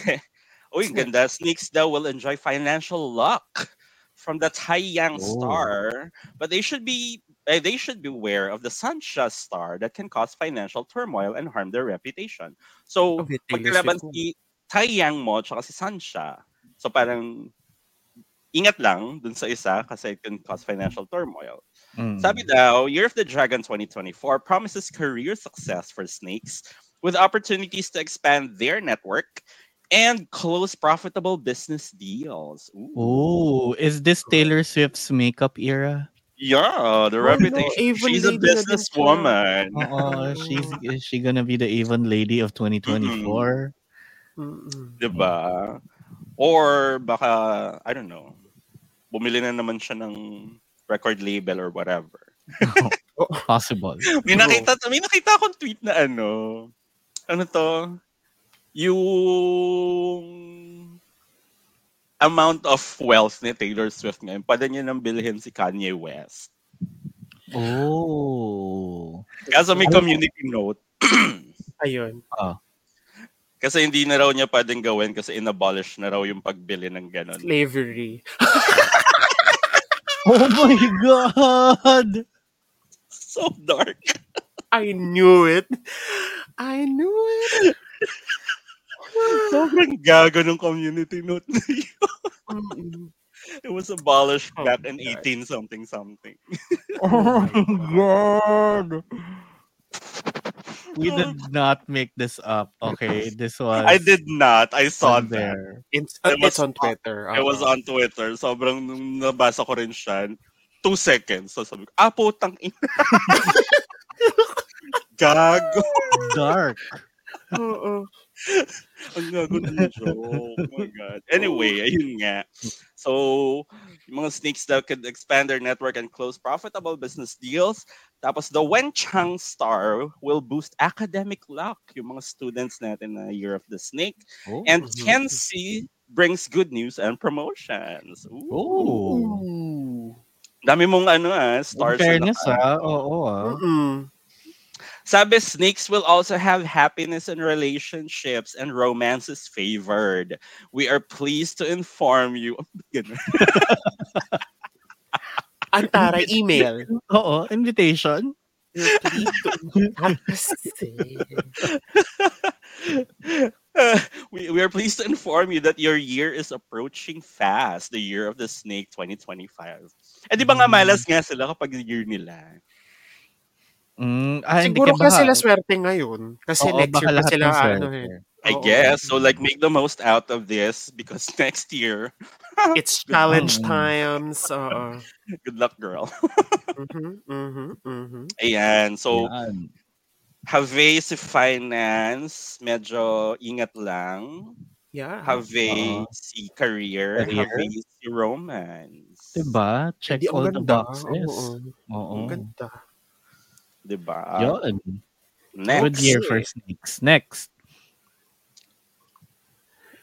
[SPEAKER 2] uy,
[SPEAKER 3] Snake.
[SPEAKER 2] ganda. Snakes daw will enjoy financial luck from the Taiyang
[SPEAKER 1] Oh.
[SPEAKER 2] star, but they should be eh, they should beware of the Sansha star that can cause financial turmoil and harm their reputation. So,
[SPEAKER 3] Okay, Oh, Taylor
[SPEAKER 2] pagkalaban
[SPEAKER 3] Swift.
[SPEAKER 2] si Taiyang mo tsaka si Sansha, so parang ingat lang dun sa isa kasi it can cause financial turmoil.
[SPEAKER 1] Mm.
[SPEAKER 2] Sabi daw, Year of the Dragon 2024 promises career success for snakes with opportunities to expand their network and close profitable business deals.
[SPEAKER 1] Oh,
[SPEAKER 2] Ooh.
[SPEAKER 1] is this Taylor Swift's makeup era?
[SPEAKER 2] Yeah, the
[SPEAKER 3] Oh,
[SPEAKER 2] reputation.
[SPEAKER 3] no, Evil
[SPEAKER 2] She's a
[SPEAKER 3] lady na din siya.
[SPEAKER 2] businesswoman.
[SPEAKER 1] Oo, she's is she gonna be the Avon lady of 2024?
[SPEAKER 3] Mm-mm.
[SPEAKER 2] Diba? Or baka, I don't know, bumili na naman siya ng record label or whatever.
[SPEAKER 1] Possible.
[SPEAKER 2] May
[SPEAKER 3] True.
[SPEAKER 2] nakita, may nakita akong tweet na ano, ano to, yung amount of wealth ni Taylor Swift ngayon, pwede niya nang bilhin si Kanye West.
[SPEAKER 1] Oh.
[SPEAKER 2] Kaso may community note,
[SPEAKER 3] Ayun.
[SPEAKER 2] kasi hindi na raw niya pwedeng gawin kasi inabolish na raw yung pagbili ng ganun.
[SPEAKER 3] Slavery.
[SPEAKER 1] Oh my God!
[SPEAKER 2] So dark.
[SPEAKER 3] I knew it. I knew it.
[SPEAKER 2] Sobrang gago ng community note na yun.
[SPEAKER 3] Mm-mm.
[SPEAKER 2] It was abolished
[SPEAKER 3] Oh
[SPEAKER 2] back in
[SPEAKER 3] my God.
[SPEAKER 2] 18 something something.
[SPEAKER 1] Oh my God! We did not make this up, okay? This was
[SPEAKER 2] I did not. I saw
[SPEAKER 1] on
[SPEAKER 2] that.
[SPEAKER 1] there.
[SPEAKER 3] It's,
[SPEAKER 2] It was
[SPEAKER 3] it's on Twitter. Uh-huh.
[SPEAKER 2] I was on Twitter. Sobrang nung nabasa ko rin siya, two seconds. So sabi ko, ah, putang ina. Gago.
[SPEAKER 1] Dark.
[SPEAKER 3] Oo.
[SPEAKER 2] Ang gago ng joke. Oh my God. Anyway, ayun nga. So, yung mga snakes that could expand their network and close profitable business deals. Tapos the Wenchang Star will boost academic luck. Yung mga students natin na Year of the Snake.
[SPEAKER 1] Oh.
[SPEAKER 2] And Tensi brings good news and promotions. Ooh.
[SPEAKER 1] Oh.
[SPEAKER 3] Ooh.
[SPEAKER 2] Dami mong ano ah, stars.
[SPEAKER 1] In fairness
[SPEAKER 2] na
[SPEAKER 1] ah, oo ah.
[SPEAKER 3] Mm-mm.
[SPEAKER 2] Sabi, snakes will also have happiness in relationships and romances favored. We are pleased to inform you. Ganun.
[SPEAKER 3] Antara email.
[SPEAKER 1] Oo, invitation.
[SPEAKER 2] we, we are pleased to inform you that your year is approaching fast, the year of the snake 2025. Eh di ba nga
[SPEAKER 1] Mm.
[SPEAKER 2] malas nga sila kapag year nila.
[SPEAKER 1] Mm, ah, hindi ka
[SPEAKER 3] Siguro
[SPEAKER 1] baka-
[SPEAKER 3] kasi sila swerte ngayon. Kasi
[SPEAKER 1] Oo,
[SPEAKER 3] next
[SPEAKER 1] baka
[SPEAKER 3] year pa
[SPEAKER 1] lahat
[SPEAKER 3] sila
[SPEAKER 1] ng
[SPEAKER 3] ano
[SPEAKER 1] swerte.
[SPEAKER 3] eh.
[SPEAKER 2] I
[SPEAKER 3] Oo.
[SPEAKER 2] guess. So like make the most out of this because next year,
[SPEAKER 3] It's
[SPEAKER 1] Mm.
[SPEAKER 3] challenge times. Oo.
[SPEAKER 2] good luck girl.
[SPEAKER 3] Mhm, mhm, mhm.
[SPEAKER 2] Ayan. So
[SPEAKER 1] Yan.
[SPEAKER 2] Have si finance, medyo ingat lang.
[SPEAKER 3] Yeah.
[SPEAKER 2] Have
[SPEAKER 1] Oo.
[SPEAKER 2] si career,
[SPEAKER 1] Career.
[SPEAKER 2] have si romance.
[SPEAKER 1] Diba? Check
[SPEAKER 3] Hindi, ang
[SPEAKER 1] all the
[SPEAKER 3] ganda.
[SPEAKER 1] boxes. Oh.
[SPEAKER 3] Oo.
[SPEAKER 1] Oo.
[SPEAKER 3] Ang ganda.
[SPEAKER 2] Diba?
[SPEAKER 1] Yun. Good
[SPEAKER 2] Next.
[SPEAKER 1] year for snakes. Next.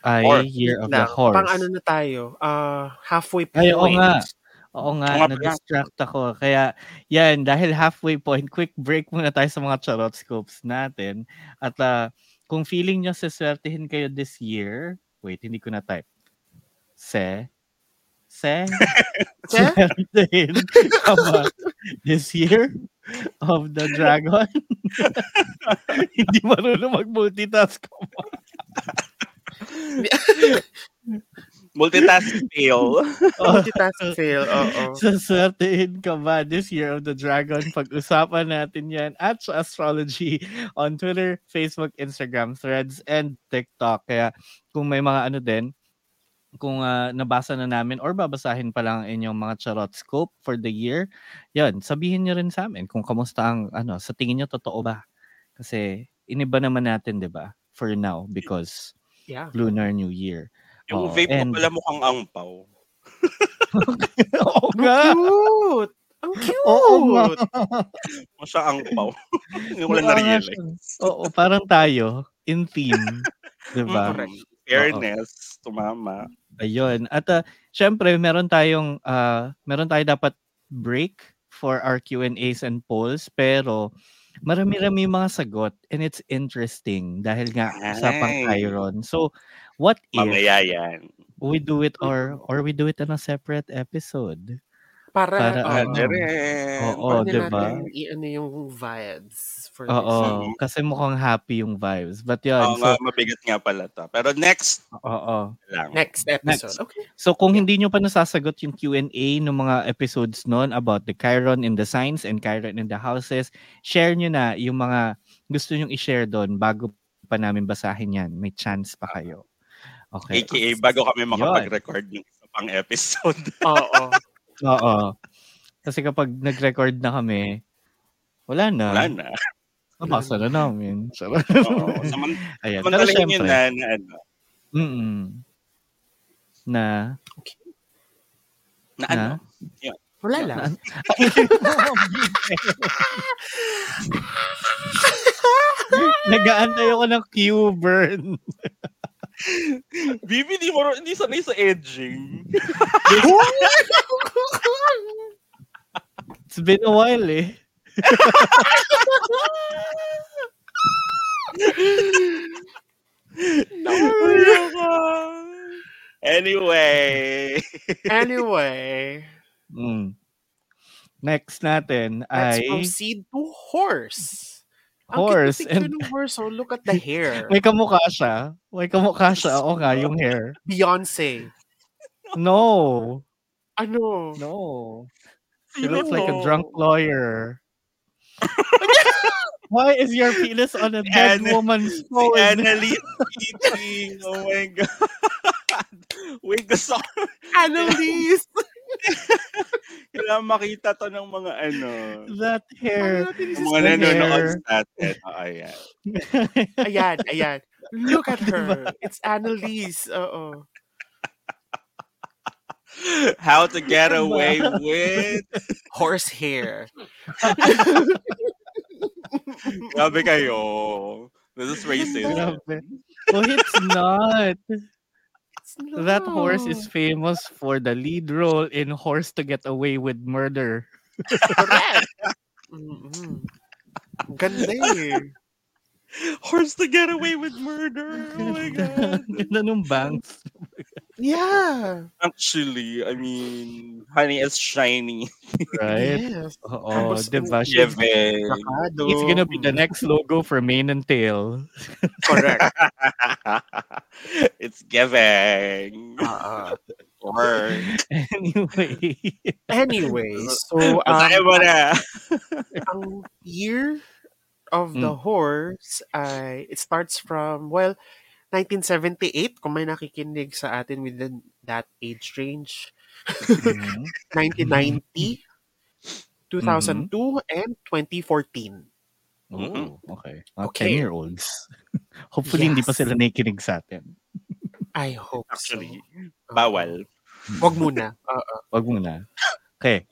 [SPEAKER 1] Ay,
[SPEAKER 2] Horse.
[SPEAKER 1] year of the
[SPEAKER 3] Lang.
[SPEAKER 1] horse.
[SPEAKER 3] Pang ano na tayo? Ah, halfway
[SPEAKER 1] Ay,
[SPEAKER 3] point.
[SPEAKER 1] oo nga. Oo nga,
[SPEAKER 3] ano
[SPEAKER 2] Oo nga pala.
[SPEAKER 1] na-distract ako. Kaya, yan, dahil halfway point, quick break muna tayo sa mga charot scopes natin. At ah, kung feeling nyo saswertihin kayo this year, wait, hindi ko na-type. Se, se,
[SPEAKER 3] Se?
[SPEAKER 1] swertihin ka ba this year of the dragon? hindi marunong mag-multitask ko.
[SPEAKER 2] Multitask fail.
[SPEAKER 3] Multitask fail. Oo.
[SPEAKER 1] Saswertein ka ba this year of the dragon? Pag-usapan natin yan at sa astrology on Twitter, Facebook, Instagram, Threads, and TikTok. Kaya kung may mga ano din, kung ah, nabasa na namin or babasahin pa lang ang inyong mga charot scope for the year, yun, sabihin nyo rin sa amin kung kamusta ang, ano, sa tingin nyo totoo ba? Kasi iniba naman natin, di ba? For now, because
[SPEAKER 3] Yeah.
[SPEAKER 1] Lunar New Year. Oo,
[SPEAKER 2] Yung vape
[SPEAKER 1] and-
[SPEAKER 2] mo pala mukhang angpaw.
[SPEAKER 1] Oo
[SPEAKER 3] Ang
[SPEAKER 1] nga!
[SPEAKER 3] cute! Ang cute!
[SPEAKER 1] Oo nga!
[SPEAKER 2] Mukha siya angpaw. Hindi ko
[SPEAKER 1] Mukha
[SPEAKER 2] lang Mm,
[SPEAKER 1] nga
[SPEAKER 2] na-realize.
[SPEAKER 1] Oo, parang tayo in theme, 'di
[SPEAKER 2] Mm,
[SPEAKER 1] ba?
[SPEAKER 2] correct. Fairness, tumama.
[SPEAKER 1] Ayun. At uh, syempre, meron tayong ah, meron tayo dapat break for our Q&As and polls, pero marami-rami yung mga sagot and it's interesting dahil nga
[SPEAKER 2] Ay.
[SPEAKER 1] usapang Chiron. So, what if
[SPEAKER 2] Mamaya yan.
[SPEAKER 1] we do it or or we do it on a separate episode?
[SPEAKER 3] Para,
[SPEAKER 1] Para,
[SPEAKER 3] oo.
[SPEAKER 2] Ah,
[SPEAKER 1] ano,
[SPEAKER 2] Jeren.
[SPEAKER 1] Oo,
[SPEAKER 3] Paano
[SPEAKER 1] diba?
[SPEAKER 3] natin i-ano yung vibes for this year?
[SPEAKER 1] Oo, kasi mukhang happy yung vibes. But
[SPEAKER 2] Oo
[SPEAKER 1] yun,
[SPEAKER 2] nga,
[SPEAKER 1] so,
[SPEAKER 2] mabigat nga pala to. Pero next
[SPEAKER 1] oo.
[SPEAKER 2] lang.
[SPEAKER 3] Next episode.
[SPEAKER 1] Next.
[SPEAKER 3] Okay.
[SPEAKER 1] So kung hindi nyo pa nasasagot yung Q&A ng mga episodes noon about the Chiron in the signs and Chiron in the houses, share nyo na yung mga gusto nyong i-share doon bago pa namin basahin yan. May chance pa kayo. Okay.
[SPEAKER 2] AKA bago kami makapag-record ng isa pang episode.
[SPEAKER 3] Oo.
[SPEAKER 1] Oo. Kasi kapag nag-record na kami, wala na.
[SPEAKER 2] Wala na.
[SPEAKER 1] Nabasa na namin. Charot.
[SPEAKER 2] Oo. Saman-
[SPEAKER 1] Ayan. Pero
[SPEAKER 2] Samantalahin nyo
[SPEAKER 1] syempre,
[SPEAKER 2] na, na ano,
[SPEAKER 1] mm-mm. na Na?
[SPEAKER 2] na ano.
[SPEAKER 3] Wala lang.
[SPEAKER 1] Nagaantay ako ng cue burn.
[SPEAKER 2] Bibi, di mo, hindi sanay sa edging.
[SPEAKER 1] It's been a while eh.
[SPEAKER 2] anyway.
[SPEAKER 3] Anyway,
[SPEAKER 1] Mm. Next natin
[SPEAKER 3] let's
[SPEAKER 1] ay
[SPEAKER 3] proceed to horse.
[SPEAKER 1] Horse
[SPEAKER 3] Ang and...
[SPEAKER 1] and-
[SPEAKER 3] ng horse, oh, look at the hair.
[SPEAKER 1] may kamukha siya. May kamukha siya. Oo nga, yung hair.
[SPEAKER 3] Beyonce.
[SPEAKER 1] No.
[SPEAKER 3] Ano?
[SPEAKER 1] No. She
[SPEAKER 2] You
[SPEAKER 1] looks
[SPEAKER 2] don't
[SPEAKER 1] like a
[SPEAKER 2] know.
[SPEAKER 1] drunk lawyer. Why is your penis on a dead
[SPEAKER 2] Anne-
[SPEAKER 1] woman's
[SPEAKER 2] Si
[SPEAKER 1] phone?
[SPEAKER 2] Annalise eating. Oh my God. Wait, gusto ko
[SPEAKER 3] Annalise!
[SPEAKER 2] kailangan makita to ng mga ano.
[SPEAKER 1] That hair.
[SPEAKER 3] Ano natin
[SPEAKER 2] ng
[SPEAKER 1] eh.
[SPEAKER 3] isi-
[SPEAKER 2] Mga
[SPEAKER 1] the
[SPEAKER 2] nanonood
[SPEAKER 1] hair.
[SPEAKER 2] sa atin. Oh, ayan.
[SPEAKER 3] Ayan, ayan. Look at her. It's Annalise. Oo.
[SPEAKER 2] How to get away with.
[SPEAKER 3] Horsehair.
[SPEAKER 2] Grabe kayo. This is racism.
[SPEAKER 1] Grabe. Oh, it's not.
[SPEAKER 3] It's
[SPEAKER 1] That horse
[SPEAKER 3] not.
[SPEAKER 1] is famous for the lead role in Horse to Get Away with Murder.
[SPEAKER 3] correct. Mm-mm. Ganda eh.
[SPEAKER 2] Horse to get away with murder. Oh my God.
[SPEAKER 1] Ganda nung bangs.
[SPEAKER 3] Yeah.
[SPEAKER 2] Actually, I mean, honey, it's shiny.
[SPEAKER 1] Right?
[SPEAKER 3] Yes.
[SPEAKER 1] Oo,
[SPEAKER 3] Tapos
[SPEAKER 1] diba?
[SPEAKER 3] yung-
[SPEAKER 1] She's,
[SPEAKER 2] Yeve.
[SPEAKER 3] Bakado.
[SPEAKER 1] it's gonna be the next logo for Mane and Tail.
[SPEAKER 3] Correct.
[SPEAKER 2] it's giving.
[SPEAKER 3] Ah, ah.
[SPEAKER 2] Or
[SPEAKER 1] Anyway.
[SPEAKER 3] anyway, so
[SPEAKER 2] Masaya
[SPEAKER 3] um,
[SPEAKER 2] mo na.
[SPEAKER 3] ang year of the horse ay it starts from well 1978 kung may nakikinig sa atin within that age range
[SPEAKER 1] Mm-hmm.
[SPEAKER 3] 1990 2002 and 2014
[SPEAKER 1] Oh, okay. Mga
[SPEAKER 3] Mm-hmm. Okay.
[SPEAKER 1] 10-year-olds. Hopefully, hindi pa
[SPEAKER 3] Yes.
[SPEAKER 1] sila nakikinig sa atin.
[SPEAKER 3] I hope
[SPEAKER 2] Actually,
[SPEAKER 3] so. Uh-huh.
[SPEAKER 2] bawal.
[SPEAKER 3] Wag muna. Oo.
[SPEAKER 1] Hmm. Wag muna. Okay.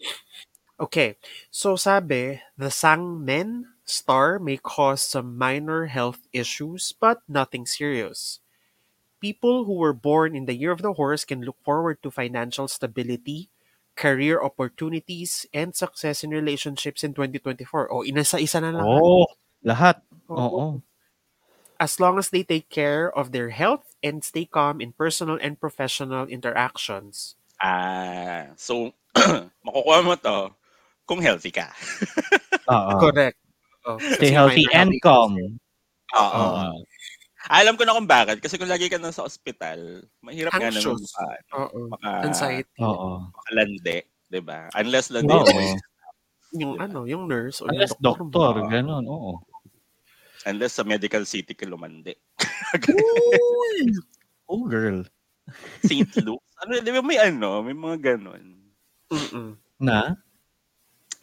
[SPEAKER 3] Okay. So sabi, the Sangmen star may cause some minor health issues but nothing serious. People who were born in the year of the horse can look forward to financial stability, career opportunities, and success in relationships in 2024. O, inasa-isa na lang.
[SPEAKER 1] Oh, lahat. Oo.
[SPEAKER 3] Oo. As long as they take care of their health and stay calm in personal and professional interactions.
[SPEAKER 2] Ah, so, makukuha mo to kung healthy ka.
[SPEAKER 1] Oo.
[SPEAKER 3] Correct. Oh,
[SPEAKER 1] Ah. Stay
[SPEAKER 3] kasi
[SPEAKER 1] healthy
[SPEAKER 3] minor
[SPEAKER 1] and
[SPEAKER 3] health
[SPEAKER 1] calm. Ah,
[SPEAKER 2] Oo.
[SPEAKER 1] Oo.
[SPEAKER 2] Alam ko na kung bakit. Kasi kung lagi ka na sa ospital, mahirap nga naman ah,
[SPEAKER 3] Anxious.
[SPEAKER 2] maka,
[SPEAKER 3] Oo.
[SPEAKER 2] maka,
[SPEAKER 3] Anxiety.
[SPEAKER 1] Ah, Oo.
[SPEAKER 2] makalandi. Diba? Unless landi.
[SPEAKER 1] Oo.
[SPEAKER 3] Yung ano, yung nurse o
[SPEAKER 1] Unless
[SPEAKER 3] yung
[SPEAKER 1] doktor,
[SPEAKER 2] ba?
[SPEAKER 1] ganun. Oo.
[SPEAKER 2] Unless sa medical city ka lumandi.
[SPEAKER 1] Oh, girl.
[SPEAKER 2] St. Luke's. Ano, di ba may ano? May mga ganon.
[SPEAKER 3] Mm-mm.
[SPEAKER 1] Na?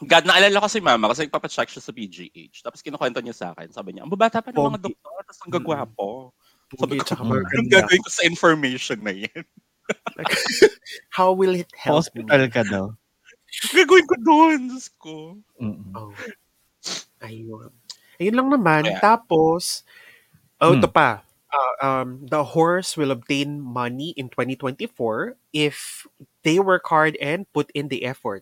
[SPEAKER 2] God, naalala ko si mama kasi nagpapacheck siya sa PGH. Tapos kinukwento niya sa akin. Sabi niya, ang babata pa ng mga
[SPEAKER 3] Pogi.
[SPEAKER 2] doktor, tapos ang gagwapo.
[SPEAKER 3] Pogi
[SPEAKER 2] Sabi ko,
[SPEAKER 3] tsaka
[SPEAKER 1] "Mm,
[SPEAKER 2] Anong
[SPEAKER 3] maganda.
[SPEAKER 2] Hmm. gagawin ko sa information na yan?
[SPEAKER 3] How will it help
[SPEAKER 1] Hospital
[SPEAKER 3] me?
[SPEAKER 1] ka daw.
[SPEAKER 2] Anong gagawin ko doon? Diyos ko.
[SPEAKER 1] Mm-mm.
[SPEAKER 3] Oh. Ayun. Ayun lang naman.
[SPEAKER 2] Ayan.
[SPEAKER 3] Tapos, oh,
[SPEAKER 1] Hmm.
[SPEAKER 3] ito pa. Uh, um, the horse will obtain money in 2024 if they work hard and put in the effort.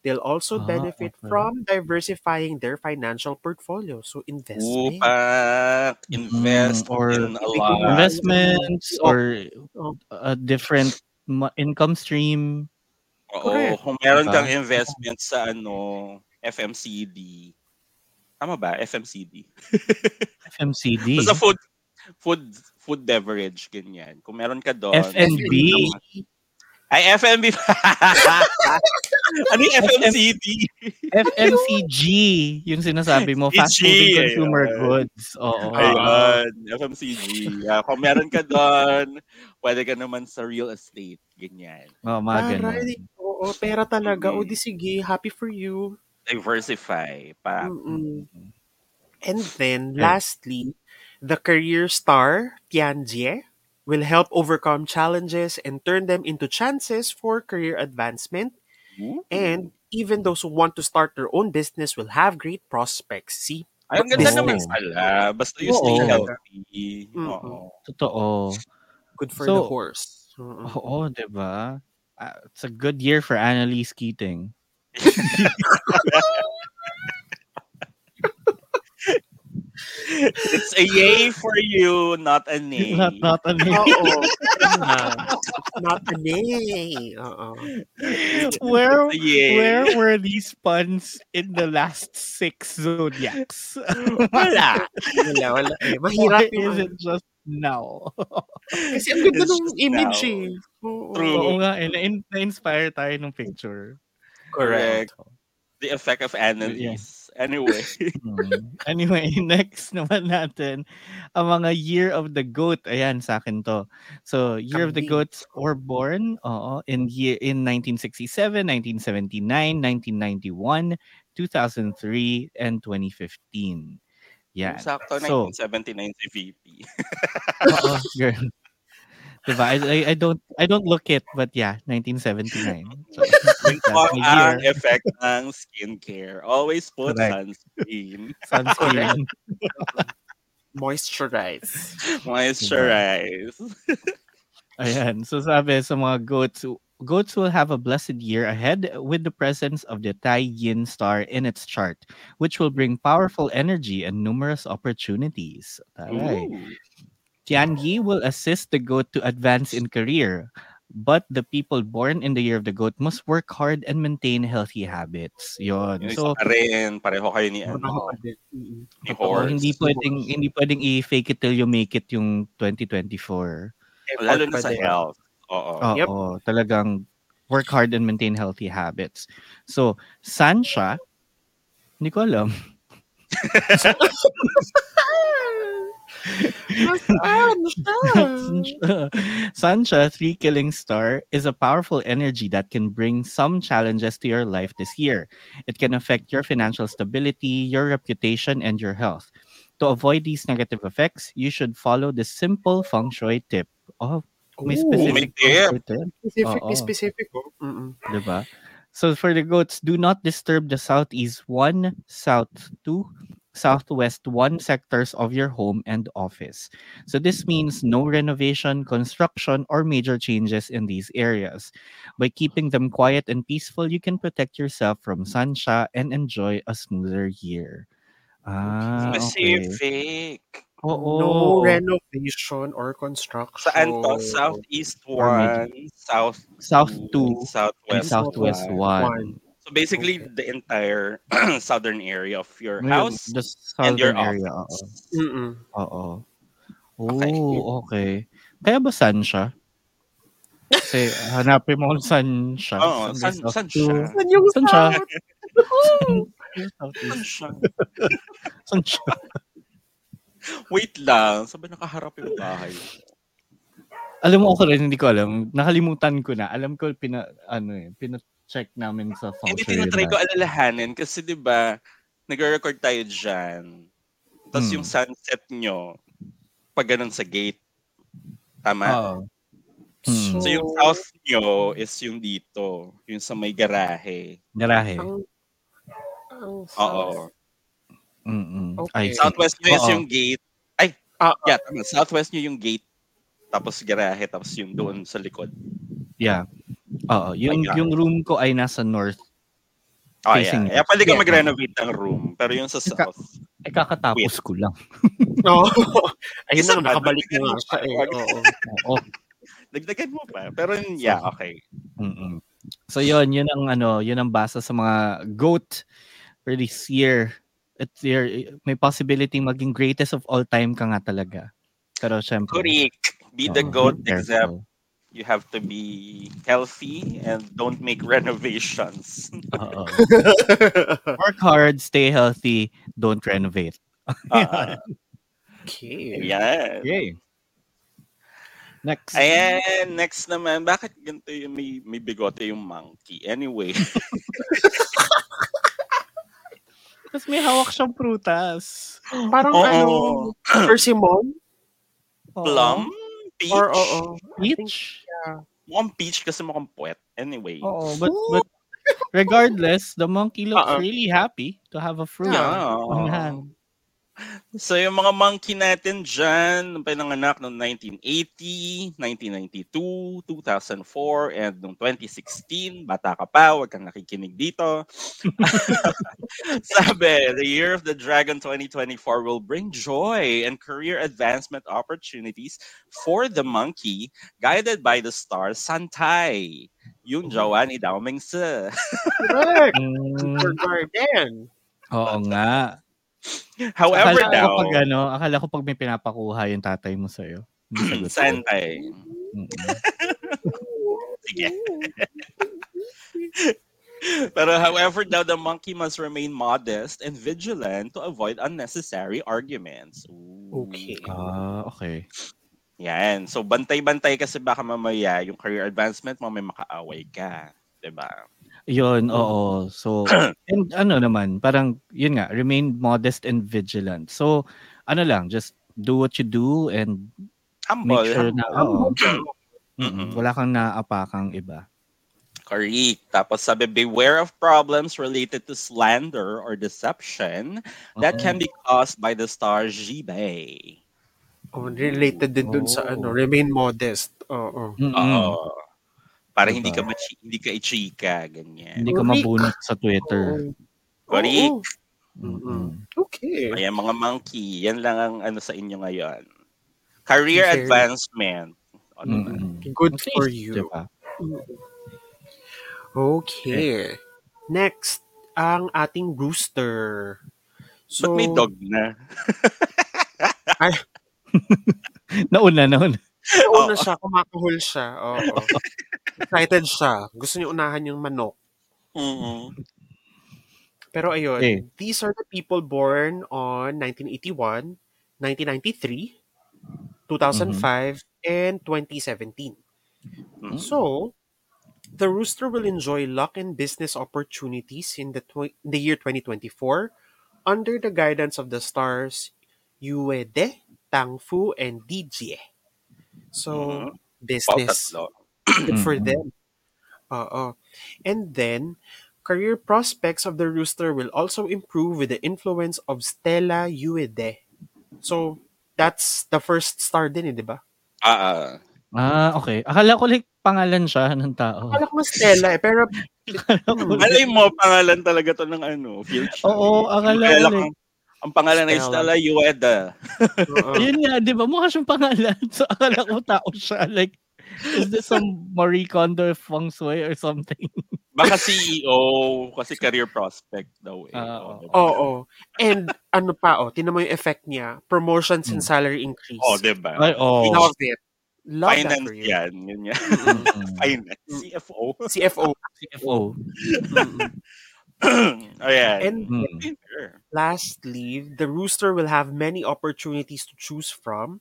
[SPEAKER 3] They'll also
[SPEAKER 1] Ah,
[SPEAKER 3] benefit
[SPEAKER 1] okay.
[SPEAKER 3] from diversifying their financial portfolio. So, investment.
[SPEAKER 2] Upak, invest
[SPEAKER 1] Mm, or
[SPEAKER 2] in a lot.
[SPEAKER 1] Investments
[SPEAKER 2] Oh,
[SPEAKER 3] Oo.
[SPEAKER 1] or
[SPEAKER 3] Oo.
[SPEAKER 1] a different ma- income stream.
[SPEAKER 2] Oo,
[SPEAKER 3] Correct.
[SPEAKER 2] kung meron
[SPEAKER 1] Diba?
[SPEAKER 2] kang investment sa ano, FMCD. Tama ba? FMCD.
[SPEAKER 1] FMCD.
[SPEAKER 2] Basta food, food, food beverage, ganyan. Kung meron ka doon.
[SPEAKER 1] FNB.
[SPEAKER 2] Ay, FMB. ano yung FMCD?
[SPEAKER 1] FMCG. Yung sinasabi mo. Fast moving
[SPEAKER 2] FMCG,
[SPEAKER 1] consumer
[SPEAKER 2] ayun.
[SPEAKER 1] goods. Oo.
[SPEAKER 2] Ayun, FMCG. Ah, kung meron ka doon, pwede ka naman sa real estate. Ganyan.
[SPEAKER 1] Oo, mga Ah,
[SPEAKER 2] ah,
[SPEAKER 1] ganun.
[SPEAKER 3] Aray, Ah, oo, pera talaga. O di
[SPEAKER 2] Mm.
[SPEAKER 3] sige, happy for you.
[SPEAKER 2] Diversify. Pa.
[SPEAKER 1] Mm.
[SPEAKER 3] Mm-mm.
[SPEAKER 2] Mm.
[SPEAKER 3] And then,
[SPEAKER 1] Okay.
[SPEAKER 3] lastly, the career star, Tian Jie, will help overcome challenges and turn them into chances for career advancement.
[SPEAKER 1] Mm-hmm.
[SPEAKER 2] Ooh.
[SPEAKER 3] And even those who want to start their own business will have great prospects. See?
[SPEAKER 2] Ay, ang ganda
[SPEAKER 1] Oo.
[SPEAKER 2] naman pala. Basta you stay
[SPEAKER 1] Oo. Mm-hmm.
[SPEAKER 2] healthy.
[SPEAKER 3] Mm.
[SPEAKER 2] Oo.
[SPEAKER 1] Totoo.
[SPEAKER 2] Mm.
[SPEAKER 3] Good for
[SPEAKER 1] So-
[SPEAKER 3] the horse.
[SPEAKER 2] Oh,
[SPEAKER 3] Mm-mm.
[SPEAKER 1] Oo, di ba? Ah, it's a good year for Annalise Keating.
[SPEAKER 2] It's a yay for you, not a nay.
[SPEAKER 1] Not, not a name.
[SPEAKER 2] oh.
[SPEAKER 3] Oo. Not a nay. Oo.
[SPEAKER 1] Where,
[SPEAKER 2] It's a yay.
[SPEAKER 1] where were these puns in the last six zodiacs?
[SPEAKER 2] Wala.
[SPEAKER 3] Wala, wala. Eh,
[SPEAKER 1] Why
[SPEAKER 3] mahirap
[SPEAKER 1] is
[SPEAKER 3] yun.
[SPEAKER 1] it just now?
[SPEAKER 3] Kasi ang ganda
[SPEAKER 2] It's
[SPEAKER 3] nung
[SPEAKER 2] just
[SPEAKER 3] image
[SPEAKER 2] now.
[SPEAKER 3] eh. Oo.
[SPEAKER 2] True.
[SPEAKER 1] Oo nga, eh, na- na-inspire tayo ng picture.
[SPEAKER 2] Correct. The effect of analysis. Anyway.
[SPEAKER 1] Hmm. Anyway, next naman natin ang mga Year of the Goat. Ayan, sa akin to. So, Year of the
[SPEAKER 3] Kambing.
[SPEAKER 1] Goats were born oo, in, year, in 1967, 1979, 1991, 2003, and 2015. Yan.
[SPEAKER 2] Yeah. Sakto
[SPEAKER 1] So,
[SPEAKER 2] 1979 si VP.
[SPEAKER 1] oo, girl. Diba? I, I, I don't I don't look it, but yeah, 1979. So, that's
[SPEAKER 2] Ang
[SPEAKER 1] my
[SPEAKER 2] ang
[SPEAKER 1] year.
[SPEAKER 2] effect ng skincare. Always put
[SPEAKER 1] Correct.
[SPEAKER 2] sunscreen.
[SPEAKER 1] Sunscreen.
[SPEAKER 3] Moisturize.
[SPEAKER 2] Moisturize.
[SPEAKER 1] Ayan. So sabi sa mga goats, goats will have a blessed year ahead with the presence of the Tai Yin star in its chart, which will bring powerful energy and numerous opportunities. Taray.
[SPEAKER 2] Ooh.
[SPEAKER 1] Tian Yi will assist the goat to advance in career, but the people born in the year of the goat must work hard and maintain healthy habits. Yon.
[SPEAKER 2] Yung
[SPEAKER 1] So,
[SPEAKER 2] isa pa rin, pareho kayo ni, ano, ni
[SPEAKER 1] oo, oh,
[SPEAKER 2] Horse.
[SPEAKER 1] hindi pwedeng hindi pwedeng i-fake it till you make it yung 2024.
[SPEAKER 3] Eh,
[SPEAKER 2] Lalo na sa health. Oo.
[SPEAKER 1] Oo,
[SPEAKER 3] Yep.
[SPEAKER 1] talagang work hard and maintain healthy habits. So, san siya? Hindi ko alam.
[SPEAKER 3] Ah! Hmm.
[SPEAKER 1] san siya, three killing star, is a powerful energy that can bring some challenges to your life this year. It can affect your financial stability, your reputation, and your health. To avoid these negative effects, you should follow the simple feng shui tip. Oh, may
[SPEAKER 3] Ooh,
[SPEAKER 2] may
[SPEAKER 1] specific feng
[SPEAKER 2] tip.
[SPEAKER 1] shui tip?
[SPEAKER 3] Specific,
[SPEAKER 1] Oo.
[SPEAKER 3] specific. oh. Mm-mm.
[SPEAKER 1] Diba? So for the goats, do not disturb the southeast 1, south 2, southwest 1 sectors of your home and office. So this means no renovation, construction, or major changes in these areas. By keeping them quiet and peaceful, you can protect yourself from sansha and enjoy a smoother year. Ah, okay.
[SPEAKER 2] Specific.
[SPEAKER 1] Oo.
[SPEAKER 3] No renovation or construction.
[SPEAKER 2] Saan to? Southeast
[SPEAKER 1] Or
[SPEAKER 2] 1, South
[SPEAKER 1] Oh. South 2
[SPEAKER 2] 2,
[SPEAKER 1] and
[SPEAKER 2] Southwest
[SPEAKER 1] Southwest
[SPEAKER 2] 1.
[SPEAKER 1] 1.
[SPEAKER 2] So basically,
[SPEAKER 3] Okay.
[SPEAKER 2] the entire southern area of your
[SPEAKER 1] Yung-
[SPEAKER 2] house.
[SPEAKER 1] The
[SPEAKER 2] and your
[SPEAKER 1] southern area. oo.
[SPEAKER 3] Mm-mm.
[SPEAKER 1] Oo.
[SPEAKER 2] Okay.
[SPEAKER 1] Oh, okay. Kaya ba saan siya? Kasi hanapin mo kung saan siya.
[SPEAKER 2] Oo,
[SPEAKER 1] Saan
[SPEAKER 2] saan-
[SPEAKER 1] ba
[SPEAKER 2] saan
[SPEAKER 1] South
[SPEAKER 2] siya?
[SPEAKER 1] to?
[SPEAKER 3] Saan yung
[SPEAKER 1] Saan siya?
[SPEAKER 3] south?
[SPEAKER 1] Southeast.
[SPEAKER 2] Siya.
[SPEAKER 1] Saan siya?
[SPEAKER 2] Wait lang. Sabi nakaharap yung bahay.
[SPEAKER 1] Alam mo ako rin, hindi ko alam. Nakalimutan ko na. Alam ko, pina, ano eh, pina-check namin sa feng
[SPEAKER 2] Hindi
[SPEAKER 1] shui.
[SPEAKER 2] tinatry ko
[SPEAKER 1] na-
[SPEAKER 2] alalahanin kasi di ba nagre-record tayo dyan. Tapos
[SPEAKER 1] Hmm.
[SPEAKER 2] yung sunset nyo, pag ganun sa gate. Tama?
[SPEAKER 1] Oo. Hmm.
[SPEAKER 2] So yung south nyo is yung dito. Yung sa may garahe.
[SPEAKER 1] Garahe.
[SPEAKER 3] Ang, ang south.
[SPEAKER 2] Oo.
[SPEAKER 1] Mm-mm. I
[SPEAKER 3] Okay.
[SPEAKER 1] see.
[SPEAKER 2] Southwest nyo is
[SPEAKER 1] Oo.
[SPEAKER 2] yung gate.
[SPEAKER 3] Ah,
[SPEAKER 2] Yeah, tama. Southwest nyo yung gate. Tapos garahe. Tapos yung doon sa likod.
[SPEAKER 1] Yeah. Oo. Yung,
[SPEAKER 2] Ayan.
[SPEAKER 1] yung room ko ay nasa north.
[SPEAKER 2] Oh,
[SPEAKER 1] Facing
[SPEAKER 2] yeah. Kaya pwede ka
[SPEAKER 3] Yeah.
[SPEAKER 2] mag-renovate ng room. Pero yung sa
[SPEAKER 1] Ika-
[SPEAKER 2] south.
[SPEAKER 1] Ay, Eh, kakatapos ko lang.
[SPEAKER 3] No. Ayun
[SPEAKER 2] Isa
[SPEAKER 3] na,
[SPEAKER 2] pa,
[SPEAKER 3] nakabalik
[SPEAKER 2] dagdagan
[SPEAKER 3] na nga
[SPEAKER 2] mo
[SPEAKER 3] siya
[SPEAKER 2] pa.
[SPEAKER 3] eh. Oo.
[SPEAKER 1] Oo.
[SPEAKER 2] Dagdagan mo pa. Pero yeah, okay.
[SPEAKER 1] Mm-mm. So yun, yun ang ano, yun ang basa sa mga GOAT for this year. It's year, may possibility maging greatest of all time ka nga talaga. Pero syempre,
[SPEAKER 2] Correct. Be the
[SPEAKER 1] oo,
[SPEAKER 2] goat
[SPEAKER 1] Oh, be
[SPEAKER 2] except
[SPEAKER 1] careful.
[SPEAKER 2] you have to be healthy and don't make renovations.
[SPEAKER 1] Oo. Work hard, stay healthy, don't renovate.
[SPEAKER 2] Uh,
[SPEAKER 3] Okay.
[SPEAKER 2] yeah.
[SPEAKER 1] Yay. Next.
[SPEAKER 2] Ayan, next naman. Bakit ganito yung may, may bigote yung monkey? Anyway,
[SPEAKER 1] Tapos may hawak siyang prutas.
[SPEAKER 3] Parang
[SPEAKER 2] Oo.
[SPEAKER 3] ano, persimmon?
[SPEAKER 1] Oo.
[SPEAKER 2] plum? Peach?
[SPEAKER 3] Or oo.
[SPEAKER 1] Peach.
[SPEAKER 2] Mukhang peach kasi mukhang puwet. Anyway.
[SPEAKER 1] Oo, but, but regardless, the monkey looks
[SPEAKER 2] Uh-uh.
[SPEAKER 3] Oo.
[SPEAKER 1] really happy to have a fruit.
[SPEAKER 3] Yeah.
[SPEAKER 1] on hand.
[SPEAKER 2] So yung mga monkey natin dyan, nung pinanganak noong 1980, 1992, 2004, and noong 2016, bata ka pa, huwag kang nakikinig dito. Sabi, the year of the dragon 2024 will bring joy and career advancement opportunities for the monkey, guided by the star Santai, yung jowa ni Dao Ming Se.
[SPEAKER 3] Correct.
[SPEAKER 1] Mm.
[SPEAKER 3] Or garden.
[SPEAKER 1] Oo nga.
[SPEAKER 2] However
[SPEAKER 1] akala ko
[SPEAKER 2] daw,
[SPEAKER 1] pag ano, akala ko pag may pinapakuha yung tatay mo sa'yo.
[SPEAKER 2] Hmm,
[SPEAKER 1] Hindi sagot.
[SPEAKER 2] Santai.
[SPEAKER 1] Mm-mm.
[SPEAKER 2] Sige. Pero however, now the monkey must remain modest and vigilant to avoid unnecessary arguments. Ooh.
[SPEAKER 3] Okay.
[SPEAKER 1] Ah, okay.
[SPEAKER 2] Yan. So Diba? bantay-bantay kasi baka mamaya yung career advancement mo may makaaway ka. 'Di ba?
[SPEAKER 1] Yun,
[SPEAKER 2] Hmm.
[SPEAKER 1] oo. So, and ano naman, parang, yun nga, remain modest and vigilant. So, ano lang, just do what you do and
[SPEAKER 2] Humble.
[SPEAKER 1] make sure na, oo,
[SPEAKER 2] Mm-mm.
[SPEAKER 1] wala kang naapakang iba.
[SPEAKER 2] Correct. Tapos sabi, beware of problems related to slander or deception that
[SPEAKER 1] Oo.
[SPEAKER 2] can be caused by the star Jibay.
[SPEAKER 3] Oh, related din dun sa
[SPEAKER 1] Oh.
[SPEAKER 3] ano, remain modest. Oo.
[SPEAKER 1] Mm-mm.
[SPEAKER 2] Oo. Para hindi ka
[SPEAKER 1] Mm. Diba?
[SPEAKER 2] machi- hindi ka ichika, ganyan.
[SPEAKER 1] Hindi ka
[SPEAKER 3] Correct.
[SPEAKER 1] mabunot sa Twitter.
[SPEAKER 3] Oo.
[SPEAKER 2] Correct.
[SPEAKER 3] Oo.
[SPEAKER 1] Mm-mm.
[SPEAKER 3] Okay.
[SPEAKER 2] Ayan, mga monkey, yan lang ang ano sa inyo ngayon. Career
[SPEAKER 3] Fair.
[SPEAKER 2] advancement.
[SPEAKER 3] Ano
[SPEAKER 2] O, diba?
[SPEAKER 3] Mm.
[SPEAKER 1] Mm-mm.
[SPEAKER 3] Good
[SPEAKER 1] At
[SPEAKER 3] for
[SPEAKER 1] least,
[SPEAKER 3] you.
[SPEAKER 1] diba?
[SPEAKER 3] Okay. Next, ang ating rooster.
[SPEAKER 2] Ba't
[SPEAKER 3] So,
[SPEAKER 2] may dog na?
[SPEAKER 1] Nauna, nauna.
[SPEAKER 3] nauna
[SPEAKER 2] Oo.
[SPEAKER 3] siya, kumakahol siya. Oo. Excited siya. Gusto niya unahan yung manok.
[SPEAKER 2] Mm-mm.
[SPEAKER 3] Pero ayun,
[SPEAKER 1] Okay.
[SPEAKER 3] these are the people born on 1981, 1993, 2005, and 2017.
[SPEAKER 2] Mm.
[SPEAKER 3] So, the rooster will enjoy luck and business opportunities in the, tw- the year 2024 under the guidance of the stars Yuede, Tangfu, and DJ. So,
[SPEAKER 2] Mhm. Pao
[SPEAKER 3] business.
[SPEAKER 2] tatlo.
[SPEAKER 3] Good for
[SPEAKER 1] Mhm.
[SPEAKER 3] them. Oo. And then, career prospects of the rooster will also improve with the influence of Stella Uede. So, that's the first star din eh, di ba?
[SPEAKER 2] Ah, ah.
[SPEAKER 1] Ah, okay. Akala ko like pangalan siya ng tao.
[SPEAKER 3] Akala ko nga Stella eh, pero
[SPEAKER 1] Akala ko,
[SPEAKER 3] Hmm.
[SPEAKER 2] Malay mo, pangalan talaga to ng ano, future.
[SPEAKER 1] Oo, akala
[SPEAKER 2] Kaya
[SPEAKER 1] ko
[SPEAKER 3] eh.
[SPEAKER 2] lang,
[SPEAKER 1] like-
[SPEAKER 2] ang pangalan ay Stella
[SPEAKER 3] Stella.
[SPEAKER 2] Ueda.
[SPEAKER 3] oo.
[SPEAKER 1] yun nga, di ba? Mukha siyang pangalan. So, akala ko tao siya. Like, is this some Marie Kondo feng shui or something?
[SPEAKER 2] Baka CEO, kasi career prospect daw eh.
[SPEAKER 1] Ah,
[SPEAKER 2] O,
[SPEAKER 1] oo.
[SPEAKER 2] diba?
[SPEAKER 3] oo. And ano pa, oh, tinan mo yung effect niya. Promotions and
[SPEAKER 1] Hmm.
[SPEAKER 3] salary increase.
[SPEAKER 2] Oh, diba?
[SPEAKER 1] Ay, oh.
[SPEAKER 3] Love it. Love that
[SPEAKER 2] Finance
[SPEAKER 3] for you. Mm.
[SPEAKER 2] yan. Yun yan.
[SPEAKER 1] Hmm.
[SPEAKER 2] Finance. CFO.
[SPEAKER 3] CFO.
[SPEAKER 1] CFO.
[SPEAKER 2] Ayan.
[SPEAKER 3] And
[SPEAKER 1] Mm.
[SPEAKER 3] Lastly, the rooster will have many opportunities to choose from,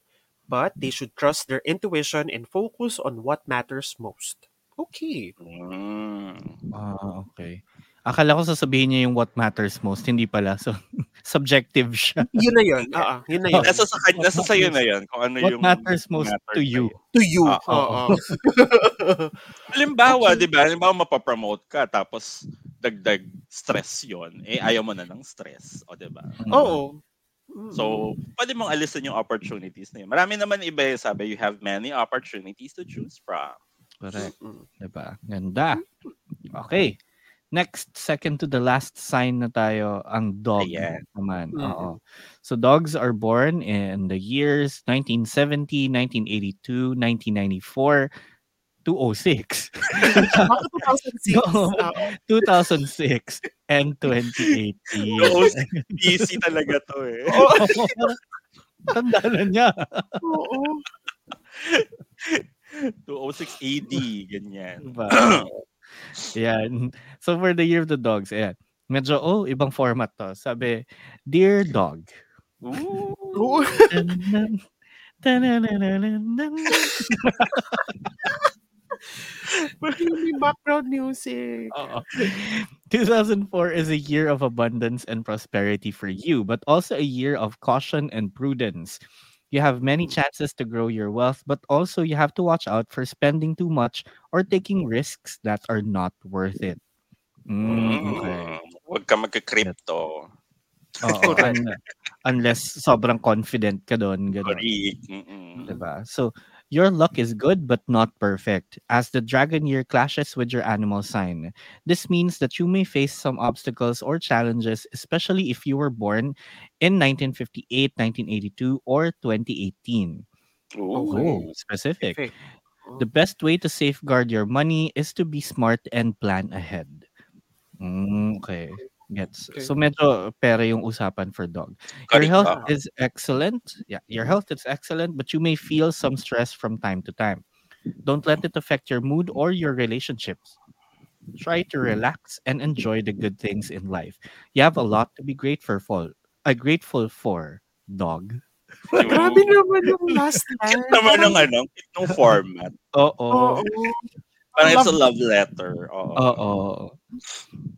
[SPEAKER 3] but they should trust their intuition and focus on what matters most. Okay.
[SPEAKER 2] Mm.
[SPEAKER 1] Ah, okay. Akala ko sasabihin niya yung what matters most. Hindi pala. So, subjective siya.
[SPEAKER 3] Yun na yun. Oh, Oo, Ah, yun na yun.
[SPEAKER 2] Nasa, sa, nasa sa'yo na yan kung ano
[SPEAKER 1] What
[SPEAKER 2] yung
[SPEAKER 1] matters most
[SPEAKER 2] matters
[SPEAKER 1] to you.
[SPEAKER 2] sa'yo.
[SPEAKER 3] To you.
[SPEAKER 2] Ah,
[SPEAKER 1] oo.
[SPEAKER 3] Oo.
[SPEAKER 2] Halimbawa, di ba? Halimbawa, mapapromote ka tapos dagdag stress yon Eh, ayaw mo na ng stress. O, di ba?
[SPEAKER 3] ah. Oo.
[SPEAKER 2] So, pwede mong alisin yung opportunities na yun. Marami naman iba eh, sabi, you have many opportunities to choose from.
[SPEAKER 1] Correct. Diba? Ganda. Okay. Next, second to the last sign na tayo, ang dog
[SPEAKER 2] Ayan.
[SPEAKER 1] naman.
[SPEAKER 3] Mm.
[SPEAKER 1] Oo. So dogs are born in the years 1970, 1982, 1994, 2006,
[SPEAKER 3] Baka 2006.
[SPEAKER 1] Oo.
[SPEAKER 3] Ah,
[SPEAKER 1] 2006, and 2018.
[SPEAKER 2] Easy talaga to eh.
[SPEAKER 1] Tandaan na niya.
[SPEAKER 3] Oo.
[SPEAKER 2] 206 AD, ganyan.
[SPEAKER 1] Diba? Ayan. So for the year of the dogs, ayan. Medyo, oh, ibang format to. Sabi, Dear Dog. Mm,
[SPEAKER 2] Ooh.
[SPEAKER 3] Oo.
[SPEAKER 1] Dun-dun, dun-dun-dun-dun-dun.
[SPEAKER 3] Yung may background music.
[SPEAKER 1] Oo. 2004 is a year of abundance and prosperity for you, but also a year of caution and prudence. You have many chances to grow your wealth, but also you have to watch out for spending too much or taking risks that are not worth it. Mm, okay.
[SPEAKER 2] Mm. Huwag ka magka-crypto.
[SPEAKER 1] Oo, un- unless sobrang confident ka doon. ganun.
[SPEAKER 2] Sorry. Mm-mm.
[SPEAKER 1] Diba? So, your luck is good but not perfect, as the dragon year clashes with your animal sign. This means that you may face some obstacles or challenges, especially if you were born in 1958, 1982, or 2018.
[SPEAKER 2] Ooh.
[SPEAKER 1] specific.
[SPEAKER 3] Perfect.
[SPEAKER 1] The
[SPEAKER 3] Oh.
[SPEAKER 1] best way to safeguard your money is to be smart and plan ahead. Mm, okay. Gets.
[SPEAKER 3] Okay.
[SPEAKER 1] So medyo pera yung usapan for dog. Your
[SPEAKER 2] Correct.
[SPEAKER 1] health
[SPEAKER 2] ah.
[SPEAKER 1] is excellent. Yeah, your health is excellent, but you may feel some stress from time to time. Don't let it affect your mood or your relationships. Try to relax and enjoy the good things in life. You have a lot to be grateful for. Uh, grateful for dog.
[SPEAKER 3] Grabe naman yung last time. Oh.
[SPEAKER 2] Naman ang ano, itong format.
[SPEAKER 1] Oo.
[SPEAKER 3] Oo.
[SPEAKER 2] Parang it's a love letter. Oo.
[SPEAKER 1] Oo.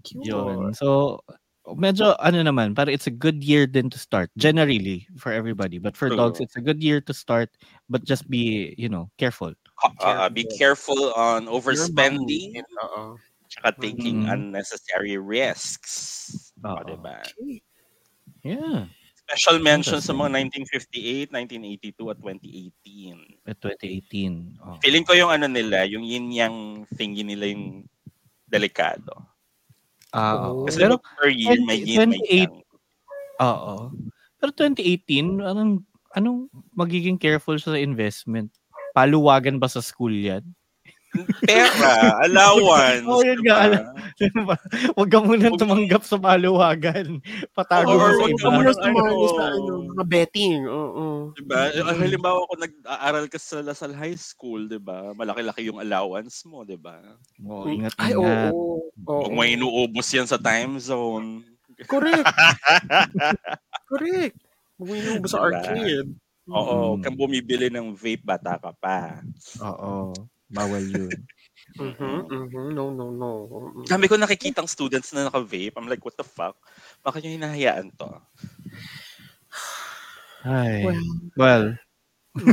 [SPEAKER 3] Cute.
[SPEAKER 1] Yun. So, medyo ano naman, parang it's a good year then to start. Generally, for everybody. But for
[SPEAKER 2] True.
[SPEAKER 1] dogs, it's a good year to start. But just be, you know, careful.
[SPEAKER 2] Uh, be careful on overspending
[SPEAKER 3] Your mom. Oo.
[SPEAKER 2] at taking
[SPEAKER 1] Mhm.
[SPEAKER 2] unnecessary risks.
[SPEAKER 1] Oo.
[SPEAKER 2] O, diba?
[SPEAKER 3] Okay.
[SPEAKER 1] Yeah.
[SPEAKER 2] Special mention sa mga 1958, 1982, at 2018.
[SPEAKER 1] At 2018. Oh.
[SPEAKER 2] Feeling ko yung ano nila, yung yin-yang thingy nila yung delikado.
[SPEAKER 1] Ah, oo.
[SPEAKER 2] Kasi
[SPEAKER 1] Pero,
[SPEAKER 2] per year, may yin, may
[SPEAKER 1] 28
[SPEAKER 2] yang.
[SPEAKER 1] oo. Pero 2018, anong, anong magiging careful sa investment? Paluwagan ba sa school yan?
[SPEAKER 2] Pera, allowance.
[SPEAKER 1] Oo, yun nga,
[SPEAKER 2] diba?
[SPEAKER 1] Huwag ka muna
[SPEAKER 2] Huwag-
[SPEAKER 1] tumanggap sa paluwagan. Patago mo
[SPEAKER 2] Or
[SPEAKER 1] sa
[SPEAKER 2] wag
[SPEAKER 3] Huwag
[SPEAKER 2] ka
[SPEAKER 3] ka
[SPEAKER 1] iba.
[SPEAKER 3] muna
[SPEAKER 2] ng
[SPEAKER 3] sumali
[SPEAKER 2] ano.
[SPEAKER 3] sa ano, mga betting. Oo.
[SPEAKER 2] Diba? Ah,
[SPEAKER 1] Mm-hmm.
[SPEAKER 2] Halimbawa, kung nag-aaral ka sa Lasal High School, diba? Malaki-laki yung allowance mo, diba?
[SPEAKER 1] Oo, ingat,
[SPEAKER 3] Ay, oo.
[SPEAKER 1] ingat.
[SPEAKER 3] oo.
[SPEAKER 2] Kung may inuubos yan sa time zone.
[SPEAKER 3] Correct. Correct. Huwag mo
[SPEAKER 2] Diba?
[SPEAKER 3] sa arcade.
[SPEAKER 2] Oo,
[SPEAKER 1] Mm. Oh.
[SPEAKER 2] kang bumibili ng vape bata ka pa.
[SPEAKER 1] Oo. Bawal yun.
[SPEAKER 2] Mm-hmm.
[SPEAKER 3] Mhm, mhm. No, no, no. Mm-hmm. Mm-mm.
[SPEAKER 2] Sabi ko nakikitang students na naka-vape. I'm like, what the fuck? Bakit nyo hinahayaan to?
[SPEAKER 1] Ay.
[SPEAKER 3] Well,
[SPEAKER 1] Well,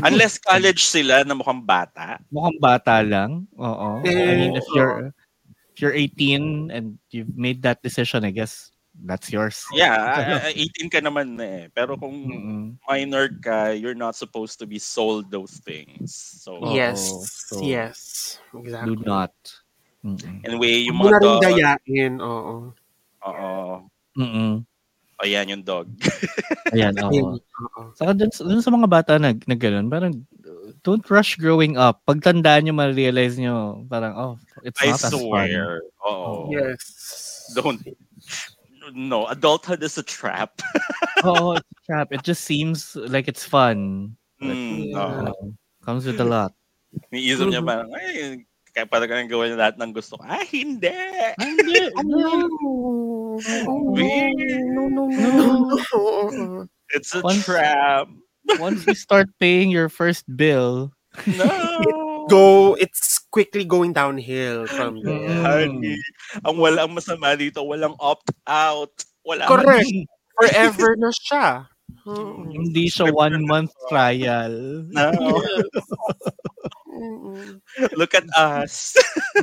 [SPEAKER 2] Unless college sila na mukhang bata.
[SPEAKER 1] mukhang bata lang. Oo. I mean, if
[SPEAKER 3] Eh,
[SPEAKER 1] you're if you're 18 and you've made that decision, I guess that's yours.
[SPEAKER 2] Yeah, a- a- 18 ka naman na eh. Pero kung
[SPEAKER 1] Mm-mm.
[SPEAKER 2] minor ka, you're not supposed to be sold those things. So,
[SPEAKER 1] Oo,
[SPEAKER 3] yes.
[SPEAKER 1] so-
[SPEAKER 3] yes.
[SPEAKER 1] Do
[SPEAKER 3] Exactly.
[SPEAKER 1] not. Mm-mm.
[SPEAKER 2] anyway, yung
[SPEAKER 3] Huwag mo na
[SPEAKER 2] mga
[SPEAKER 3] rin
[SPEAKER 2] dog.
[SPEAKER 3] dayain. Oo.
[SPEAKER 2] Oo.
[SPEAKER 1] Mm-mm.
[SPEAKER 2] Ayan yung dog.
[SPEAKER 1] Ayan, oo.
[SPEAKER 3] Ayun, oo.
[SPEAKER 1] Saka dun, sa- dun sa mga bata na, na ganun, parang uh, don't rush growing up. Pagtandaan nyo, ma-realize nyo, parang, oh, it's
[SPEAKER 2] I
[SPEAKER 1] not as fun.
[SPEAKER 2] swear. Oo.
[SPEAKER 3] Yes.
[SPEAKER 2] Don't. No, adulthood is a trap.
[SPEAKER 1] Oo, it's a trap. It just seems like it's fun.
[SPEAKER 2] Mm,
[SPEAKER 3] Yeah.
[SPEAKER 2] oo.
[SPEAKER 1] Oo. comes with a lot.
[SPEAKER 2] Niisip niya parang, ay, kaya parang ganun gawin niya lahat ng gusto ko. Ah, hindi! Eh,
[SPEAKER 3] Ano? Oh, no, no, no, no, no.
[SPEAKER 2] It's a
[SPEAKER 1] Once-
[SPEAKER 2] trap!
[SPEAKER 1] Once you start paying your first bill,
[SPEAKER 2] No!
[SPEAKER 3] go it's quickly going downhill from
[SPEAKER 1] Mm.
[SPEAKER 3] there.
[SPEAKER 2] Honey, ang walang masama dito, walang opt-out. Wala
[SPEAKER 3] Correct. Forever na siya. Mm-hmm.
[SPEAKER 1] hindi siya one month trial.
[SPEAKER 2] Na. Look at us.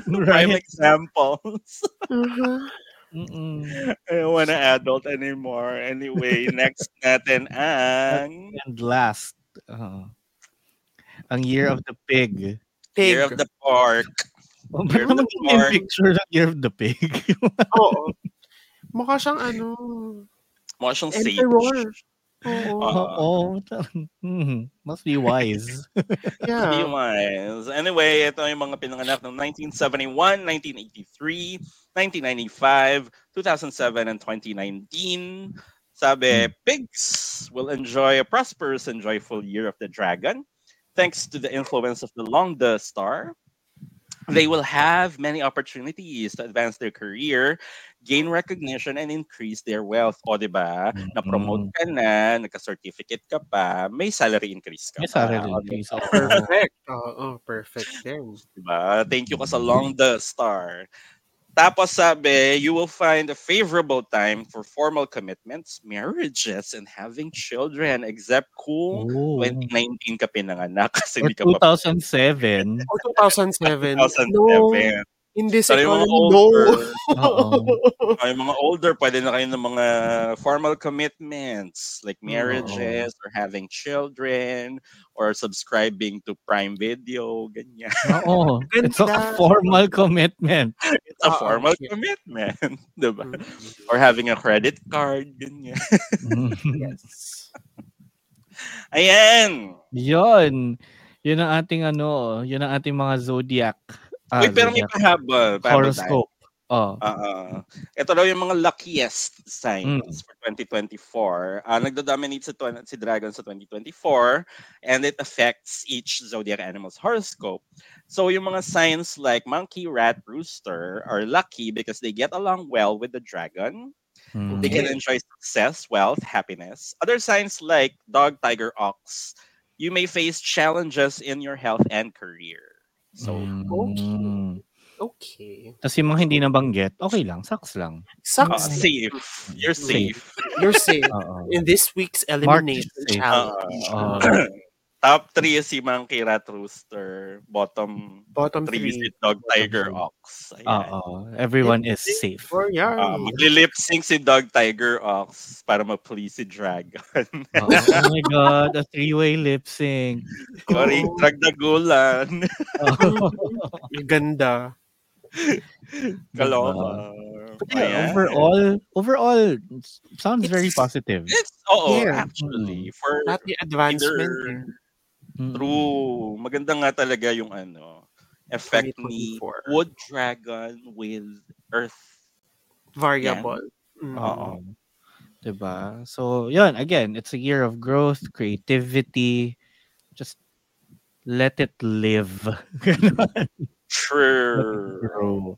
[SPEAKER 2] Prime
[SPEAKER 1] Right?
[SPEAKER 2] examples.
[SPEAKER 3] Mm-hmm.
[SPEAKER 1] Mm-mm.
[SPEAKER 2] I don't wanna adult anymore. Anyway, next natin ang
[SPEAKER 1] And last, uh, ang year of the pig.
[SPEAKER 3] Pig.
[SPEAKER 2] Year of the Park.
[SPEAKER 1] Oh,
[SPEAKER 2] Year
[SPEAKER 1] ba't
[SPEAKER 2] of the
[SPEAKER 1] naman may
[SPEAKER 2] Park.
[SPEAKER 1] picture ng year of the pig?
[SPEAKER 3] Oo. Mukha siyang ano,
[SPEAKER 2] Motion sage.
[SPEAKER 3] emperor.
[SPEAKER 2] Uh,
[SPEAKER 3] Oo.
[SPEAKER 1] Oo. Hmm, Must be wise.
[SPEAKER 2] Ah,
[SPEAKER 3] Yeah.
[SPEAKER 2] Anyways, anyway, ito yung mga pinanganak ng 1971, 1983, 1995, 2007, and 2019.
[SPEAKER 1] Hmm.
[SPEAKER 2] Sabi, pigs will enjoy a prosperous and joyful year of the dragon thanks to the influence of the Longda star. They will have many opportunities to advance their career, gain recognition, and increase their wealth. O, diba?
[SPEAKER 1] Mm-hmm.
[SPEAKER 2] Na-promote ka na, nagka-certificate ka pa, may salary increase ka
[SPEAKER 1] May
[SPEAKER 2] pa.
[SPEAKER 1] salary
[SPEAKER 2] O,
[SPEAKER 1] increase.
[SPEAKER 2] diba?
[SPEAKER 1] Oo.
[SPEAKER 3] Perfect. Oo, perfect din.
[SPEAKER 2] Diba? Thank you ka sa Long the Star. Tapos sabi, you will find a favorable time for formal commitments, marriages, and having children except kung
[SPEAKER 1] Oo.
[SPEAKER 2] 2019 ka pinanganak kasi
[SPEAKER 1] Oh. Or
[SPEAKER 2] hindi ka pa
[SPEAKER 1] 2007.
[SPEAKER 3] Or 2007.
[SPEAKER 2] 2007.
[SPEAKER 3] No, in this
[SPEAKER 2] So, yung mga
[SPEAKER 3] economy,
[SPEAKER 2] older,
[SPEAKER 3] no.
[SPEAKER 1] Oo.
[SPEAKER 2] oh, yung mga older, pwede na kayo ng mga formal commitments like marriages or having children or subscribing to Prime Video, ganyan.
[SPEAKER 1] Oo. It's a
[SPEAKER 3] Ganda.
[SPEAKER 1] formal commitment.
[SPEAKER 2] It's a
[SPEAKER 3] Oo,
[SPEAKER 2] formal
[SPEAKER 3] shit.
[SPEAKER 2] commitment, diba?
[SPEAKER 3] Mm.
[SPEAKER 2] or having a credit card, ganyan.
[SPEAKER 3] Yes.
[SPEAKER 2] Ayan!
[SPEAKER 1] Yun. Yun ang ating ano, yun ang ating mga zodiac. ah,
[SPEAKER 2] Wait, pero may
[SPEAKER 1] zodiac
[SPEAKER 2] pahaba. pahaba tayo. Ah,
[SPEAKER 1] horoscope. Oh.
[SPEAKER 2] Oo. Ito daw yung mga luckiest
[SPEAKER 1] Mm.
[SPEAKER 2] signs for 2024. Ah, nagdodominate sa twen- si Dragon sa 2024 and it affects each zodiac animal's horoscope. So yung mga signs like monkey, rat, rooster are lucky because they get along well with the dragon.
[SPEAKER 1] Mm.
[SPEAKER 2] They can enjoy success, wealth, happiness. Other signs like dog, tiger, ox, you may face challenges in your health and career. So,
[SPEAKER 1] Mm.
[SPEAKER 3] Okay. Okay.
[SPEAKER 1] Tapos yung mga hindi nabanggit, okay lang, sucks lang.
[SPEAKER 2] Ah,
[SPEAKER 3] Sucks.
[SPEAKER 2] safe. You're safe.
[SPEAKER 3] You're safe.
[SPEAKER 1] Oo.
[SPEAKER 3] In this week's elimination
[SPEAKER 1] safe.
[SPEAKER 2] Ah,
[SPEAKER 3] challenge,
[SPEAKER 1] Oo.
[SPEAKER 2] Uh, Top 3 is si Monkey Rat Rooster. Bottom
[SPEAKER 3] bottom
[SPEAKER 2] 3 is si
[SPEAKER 3] three.
[SPEAKER 2] Dog Tiger Ox. Ayan.
[SPEAKER 1] Oo. Everyone is safe.
[SPEAKER 3] For Yari.
[SPEAKER 2] Ah, maglilip sync si Dog Tiger Ox para ma-please si Dragon.
[SPEAKER 1] Oo. Oh my God, a three-way lip sync.
[SPEAKER 2] Sorry,
[SPEAKER 3] Oh.
[SPEAKER 2] Dragdagulan.
[SPEAKER 1] Oo.
[SPEAKER 3] Ang ganda.
[SPEAKER 2] Kaloka.
[SPEAKER 1] But yeah, overall, overall, s- sounds very
[SPEAKER 3] It's-
[SPEAKER 1] positive.
[SPEAKER 2] It's, oo,
[SPEAKER 3] Yeah.
[SPEAKER 2] actually. For
[SPEAKER 3] Lahat yung advancement. eh.
[SPEAKER 2] either
[SPEAKER 1] Mm.
[SPEAKER 2] True. Maganda nga talaga yung ano, effect ni
[SPEAKER 3] 2024.
[SPEAKER 2] Wood Dragon with Earth.
[SPEAKER 3] Variable. Mm.
[SPEAKER 1] Oo. Diba? So, yun, again, it's a year of growth, creativity, just let it live.
[SPEAKER 2] Sure.
[SPEAKER 1] Grow.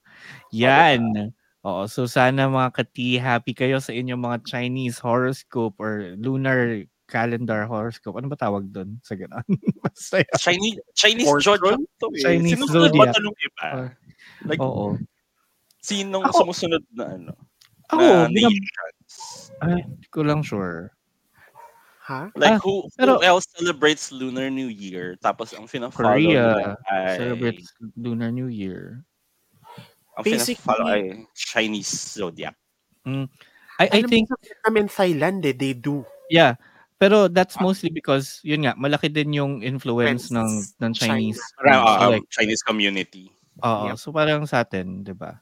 [SPEAKER 1] Yan. Oo, so sana mga kati, happy kayo sa inyong mga Chinese horoscope or lunar calendar horoscope. Ano ba tawag doon sa ganun? Basta yun.
[SPEAKER 2] Chinese Chinese
[SPEAKER 3] Fortune?
[SPEAKER 2] zodiac to eh.
[SPEAKER 1] Chinese
[SPEAKER 2] Sinusunod
[SPEAKER 1] zodiac.
[SPEAKER 2] ba tanong iba?
[SPEAKER 1] Or-
[SPEAKER 2] Like,
[SPEAKER 1] Oo.
[SPEAKER 2] sinong
[SPEAKER 1] Ako-
[SPEAKER 2] sumusunod na ano?
[SPEAKER 1] Ako,
[SPEAKER 2] na
[SPEAKER 1] binab-
[SPEAKER 2] nations?
[SPEAKER 1] ah, hindi ko lang sure.
[SPEAKER 3] Ha?
[SPEAKER 2] Like,
[SPEAKER 1] Ah,
[SPEAKER 2] who,
[SPEAKER 1] pero-
[SPEAKER 2] who else celebrates Lunar New Year? Tapos, ang fina-follow
[SPEAKER 1] Korea
[SPEAKER 2] nila ay...
[SPEAKER 1] celebrates Lunar New Year.
[SPEAKER 2] Ang
[SPEAKER 3] Basically-
[SPEAKER 2] fina-follow ay Chinese zodiac.
[SPEAKER 1] Mm, I, I
[SPEAKER 3] Alam mo,
[SPEAKER 1] think
[SPEAKER 3] sa Vietnam and Thailand, eh, they do.
[SPEAKER 1] Yeah. Pero that's mostly because yun nga malaki din yung influence ng
[SPEAKER 3] Friends,
[SPEAKER 1] ng Chinese.
[SPEAKER 2] Parang,
[SPEAKER 1] So,
[SPEAKER 2] um,
[SPEAKER 1] like,
[SPEAKER 2] Chinese community.
[SPEAKER 1] oo,
[SPEAKER 3] Yep.
[SPEAKER 1] so parang sa atin, 'di ba?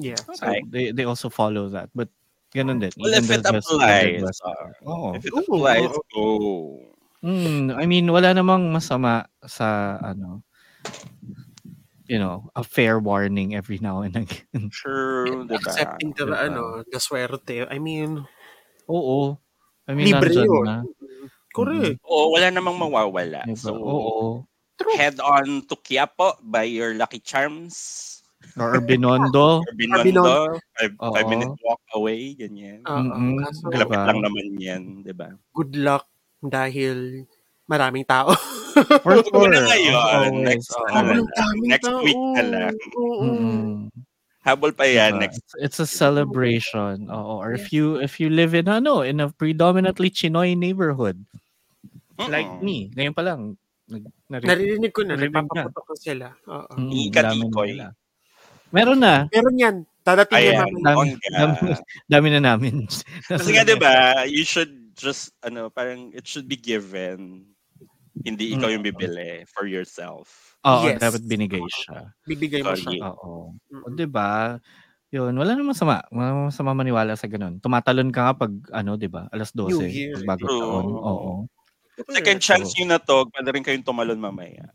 [SPEAKER 3] Yeah.
[SPEAKER 1] So
[SPEAKER 2] Okay.
[SPEAKER 1] they they also follow that. But ganun din.
[SPEAKER 2] Well,
[SPEAKER 1] even
[SPEAKER 2] if
[SPEAKER 1] the-
[SPEAKER 2] it
[SPEAKER 1] the- the
[SPEAKER 2] applies,
[SPEAKER 1] West-
[SPEAKER 2] uh,
[SPEAKER 1] Oo.
[SPEAKER 2] If it
[SPEAKER 3] Oo.
[SPEAKER 2] applies, go.
[SPEAKER 1] Mm, I mean, wala namang masama sa ano you know, a fair warning every now and again.
[SPEAKER 2] Sure, di ba?
[SPEAKER 3] Accepting the,
[SPEAKER 1] Diba?
[SPEAKER 3] ano, the swerte. I mean,
[SPEAKER 1] oo. I mean,
[SPEAKER 3] libre
[SPEAKER 1] nandyan
[SPEAKER 3] yun. Mm-hmm.
[SPEAKER 1] na.
[SPEAKER 3] Correct.
[SPEAKER 2] Oo, wala namang mawawala.
[SPEAKER 1] Diba?
[SPEAKER 2] So,
[SPEAKER 1] oo.
[SPEAKER 3] True.
[SPEAKER 2] head on to Quiapo by your Lucky Charms.
[SPEAKER 1] Or Binondo.
[SPEAKER 2] Or Binondo. Five,
[SPEAKER 1] Oo.
[SPEAKER 2] five minute walk away, ganyan.
[SPEAKER 3] Ah,
[SPEAKER 1] Mm-mm.
[SPEAKER 3] kaso,
[SPEAKER 1] Diba?
[SPEAKER 2] Malapit lang naman yan, diba? di ba?
[SPEAKER 1] Mm-hmm.
[SPEAKER 3] good luck dahil maraming tao.
[SPEAKER 1] For
[SPEAKER 2] Huwag na
[SPEAKER 1] sure.
[SPEAKER 2] ngayon.
[SPEAKER 1] Always,
[SPEAKER 2] Next,
[SPEAKER 1] oo.
[SPEAKER 2] ano na.
[SPEAKER 3] Maraming
[SPEAKER 2] Next
[SPEAKER 3] tao.
[SPEAKER 2] week na lang.
[SPEAKER 3] Oo.
[SPEAKER 1] Mm-mm.
[SPEAKER 2] Habol pa yan
[SPEAKER 1] Diba?
[SPEAKER 2] next.
[SPEAKER 1] It's- It's a celebration. Oo, or if you if you live in ano, in a predominantly Chinoy neighborhood like
[SPEAKER 2] Mm-mm.
[SPEAKER 1] me, ngayon pa lang nag nari-
[SPEAKER 3] Naririnig ko na,
[SPEAKER 1] Narinig
[SPEAKER 3] nagpapaputok ko sila. Oo.
[SPEAKER 1] Mm,
[SPEAKER 2] Ika,
[SPEAKER 1] dami na
[SPEAKER 2] Tikoy.
[SPEAKER 1] nila. Meron na,
[SPEAKER 3] Meron yan. Dadating yan
[SPEAKER 2] Ayan,
[SPEAKER 3] mamaya.
[SPEAKER 1] dami,
[SPEAKER 2] Ongga.
[SPEAKER 1] dami, dami na namin.
[SPEAKER 2] Kasi nga, di ba, you should just, ano, parang it should be given. Hindi ikaw
[SPEAKER 1] Mm.
[SPEAKER 2] yung bibili for yourself.
[SPEAKER 1] Oo,
[SPEAKER 3] Yes.
[SPEAKER 1] dapat binigay siya.
[SPEAKER 3] Bibigay mo siya.
[SPEAKER 2] Sorry.
[SPEAKER 1] Oo.
[SPEAKER 3] Mm.
[SPEAKER 1] O, di ba? Yun, wala namang sama. Wala namang sama maniwala sa ganun. Tumatalon ka nga pag, ano, di ba? Alas 12.
[SPEAKER 3] New Year. eh.
[SPEAKER 1] pag bagong
[SPEAKER 2] True.
[SPEAKER 1] taon. Oo.
[SPEAKER 2] Second
[SPEAKER 3] Correct.
[SPEAKER 2] chance yun na to, pwede rin kayong tumalon mamaya.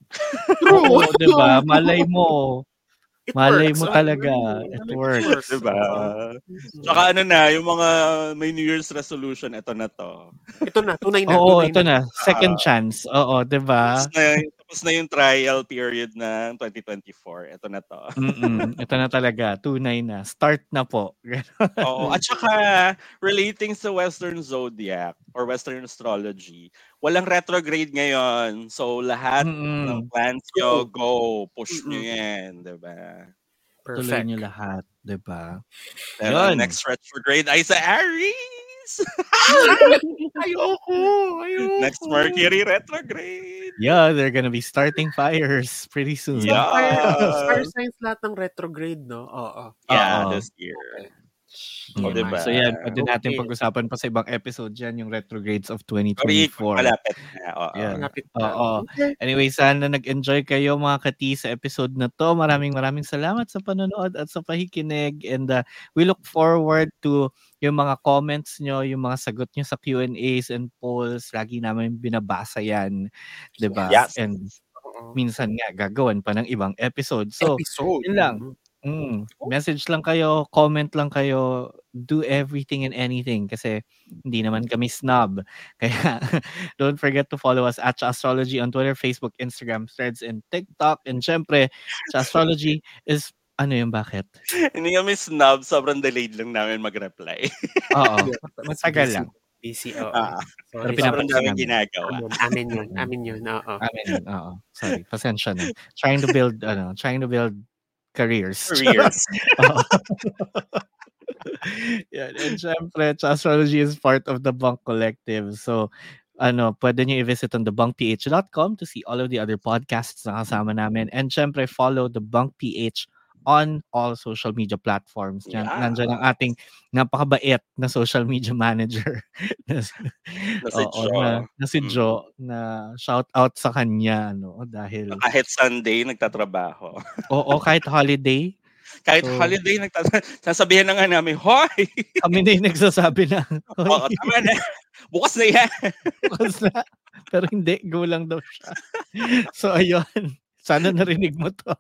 [SPEAKER 3] True.
[SPEAKER 1] Oo, di ba? diba? Malay mo.
[SPEAKER 3] It
[SPEAKER 1] Malay
[SPEAKER 3] works.
[SPEAKER 1] mo
[SPEAKER 3] Oo,
[SPEAKER 1] talaga.
[SPEAKER 3] yun.
[SPEAKER 1] It works.
[SPEAKER 2] Di ba?
[SPEAKER 3] Mm.
[SPEAKER 2] Tsaka ano na, yung mga may New Year's resolution, ito na to.
[SPEAKER 3] Ito na, tunay na.
[SPEAKER 1] Oo,
[SPEAKER 3] tunay
[SPEAKER 1] ito na. Second chance. Oo, di ba?
[SPEAKER 2] Tapos na, tapos na yung trial period ng 2024. Ito na to.
[SPEAKER 1] Mm-mm. Ito na talaga. Tunay na. Start na po.
[SPEAKER 2] Oo. At saka, relating sa Western Zodiac or Western Astrology, walang retrograde ngayon. So, lahat ng
[SPEAKER 1] Mm-mm.
[SPEAKER 2] plans nyo, go. Push nyo
[SPEAKER 3] Mm-mm.
[SPEAKER 2] yan. Di ba?
[SPEAKER 1] Tuloy
[SPEAKER 3] Perfect.
[SPEAKER 1] niyo lahat. Di ba?
[SPEAKER 2] Pero ang
[SPEAKER 1] Yun.
[SPEAKER 2] next retrograde ay sa Aries!
[SPEAKER 3] Ayoko. Ayoko.
[SPEAKER 2] next Mercury retrograde!
[SPEAKER 1] Yeah, they're gonna be starting fires pretty soon.
[SPEAKER 2] Yeah.
[SPEAKER 3] Fire, fire signs lahat ng retrograde, no? Oo.
[SPEAKER 2] Yeah,
[SPEAKER 1] Oo.
[SPEAKER 2] this year.
[SPEAKER 1] Mm.
[SPEAKER 2] O, diba?
[SPEAKER 1] So yan, pwede natin
[SPEAKER 3] Okay.
[SPEAKER 1] pag-usapan pa sa ibang episode yan, yung retrogrades of
[SPEAKER 2] Sorry,
[SPEAKER 1] 2024.
[SPEAKER 2] malapit na. Oo.
[SPEAKER 1] Yeah.
[SPEAKER 3] Malapit na.
[SPEAKER 1] Oo.
[SPEAKER 3] Okay.
[SPEAKER 1] Anyway, sana nag-enjoy kayo mga kati sa episode na to. Maraming maraming salamat sa panonood at sa pahikinig. And uh, we look forward to yung mga comments nyo, yung mga sagot nyo sa Q&As and polls. Lagi namin binabasa yan. 'di ba?
[SPEAKER 2] Yes.
[SPEAKER 1] And
[SPEAKER 3] Oo.
[SPEAKER 1] minsan nga gagawan pa ng ibang episode. So,
[SPEAKER 3] Episode. Mm-hmm.
[SPEAKER 1] yun lang. Mm. Message lang kayo, comment lang kayo, do everything and anything kasi hindi naman kami snob. Kaya don't forget to follow us at Cha Astrology on Twitter, Facebook, Instagram, Threads, and TikTok. And syempre, Cha Astrology is ano yung bakit?
[SPEAKER 2] Hindi kami snob, sobrang delayed lang namin mag-reply.
[SPEAKER 1] Oo,
[SPEAKER 3] Yeah.
[SPEAKER 1] matagal lang.
[SPEAKER 3] Busy, oo.
[SPEAKER 2] Ah,
[SPEAKER 1] Pero Ah.
[SPEAKER 3] Sorry.
[SPEAKER 1] pinapa-
[SPEAKER 2] sobrang daming
[SPEAKER 1] namin. Ano?
[SPEAKER 2] ginagawa.
[SPEAKER 3] Amin, amin yun. Amin yun. Oo.
[SPEAKER 1] Amen. Oo, sorry, pasensya na. Trying to build, ano, trying to build careers.
[SPEAKER 2] Careers.
[SPEAKER 1] Yan. And syempre, astrology is part of the Bunk Collective. So, ano, pwede nyo i-visit on thebunkph.com to see all of the other podcasts na kasama namin. And syempre, follow the Bunk PH on all social media platforms. Yan,
[SPEAKER 2] Yeah.
[SPEAKER 1] Nandyan ang ating napakabait na social media manager. na,
[SPEAKER 2] Na si
[SPEAKER 1] Oo, ano?
[SPEAKER 2] Jo.
[SPEAKER 1] Na, na si
[SPEAKER 2] Mm.
[SPEAKER 1] Jo, na shout out sa kanya. Ano, dahil,
[SPEAKER 2] Kahit Sunday, nagtatrabaho.
[SPEAKER 1] oo, kahit holiday,
[SPEAKER 2] Kahit
[SPEAKER 1] So-
[SPEAKER 2] holiday, nagtatrabaho. Sasabihin na nga namin, Hoy!
[SPEAKER 1] kami na yung nagsasabi na.
[SPEAKER 2] Oo, tama na. Bukas na yan.
[SPEAKER 1] bukas na. Pero hindi, go lang daw siya. So, ayun. Sana narinig mo to.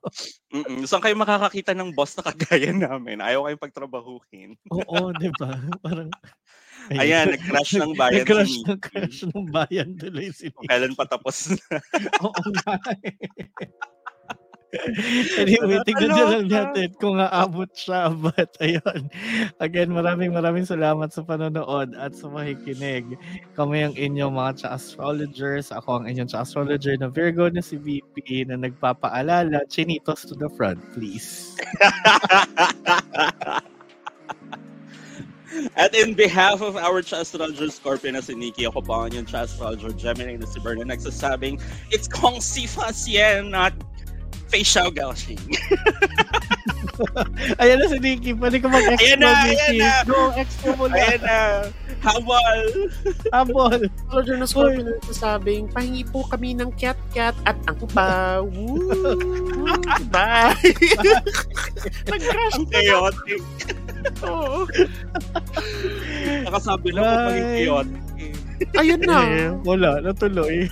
[SPEAKER 2] Mm-mm. Saan kayo makakakita ng boss na kagaya namin? Ayaw kayong pagtrabahuhin.
[SPEAKER 1] Oo, di ba? Parang,
[SPEAKER 2] Ayan, nag-crash ng bayan.
[SPEAKER 1] Nag-crash
[SPEAKER 2] si
[SPEAKER 1] ng
[SPEAKER 2] Nikki.
[SPEAKER 1] crash ng bayan tuloy si
[SPEAKER 2] Kung
[SPEAKER 1] Nick.
[SPEAKER 2] Kailan patapos na.
[SPEAKER 1] Oo nga eh. Anyway, tignan na lang
[SPEAKER 2] Nakakaloka.
[SPEAKER 1] natin kung aabot siya. But ayun, again, maraming maraming salamat sa panonood at sa makikinig. Kami ang inyong mga cha-astrologers. Ako ang inyong cha-astrologer na Virgo na si VP na nagpapaalala, chinitos to the front, please.
[SPEAKER 2] At in behalf of our Chastrolger Scorpion na si Nikki, ako po ang yung Chastrolger Gemini na si Berlin nagsasabing, It's Kong Si Fa Sien, not Fei Xiao Gao Xing.
[SPEAKER 1] Ayan na si Nikki. Pwede ka mag-expo,
[SPEAKER 2] Ayan na, ayan
[SPEAKER 1] Nikki.
[SPEAKER 2] na.
[SPEAKER 1] Go, expo mo lang.
[SPEAKER 2] Ayan na, hawal!
[SPEAKER 1] Habol.
[SPEAKER 3] Roger na Scorpio na sasabing, pahingi po kami ng cat-cat at ang paw. Bye! Nag-crash
[SPEAKER 2] Ang
[SPEAKER 3] na lang
[SPEAKER 2] chaotic.
[SPEAKER 3] to.
[SPEAKER 2] Nakasabi lang po maging
[SPEAKER 1] Bye.
[SPEAKER 2] chaotic. Ano?
[SPEAKER 3] Ayun na. Mm.
[SPEAKER 1] Eh, wala, natuloy.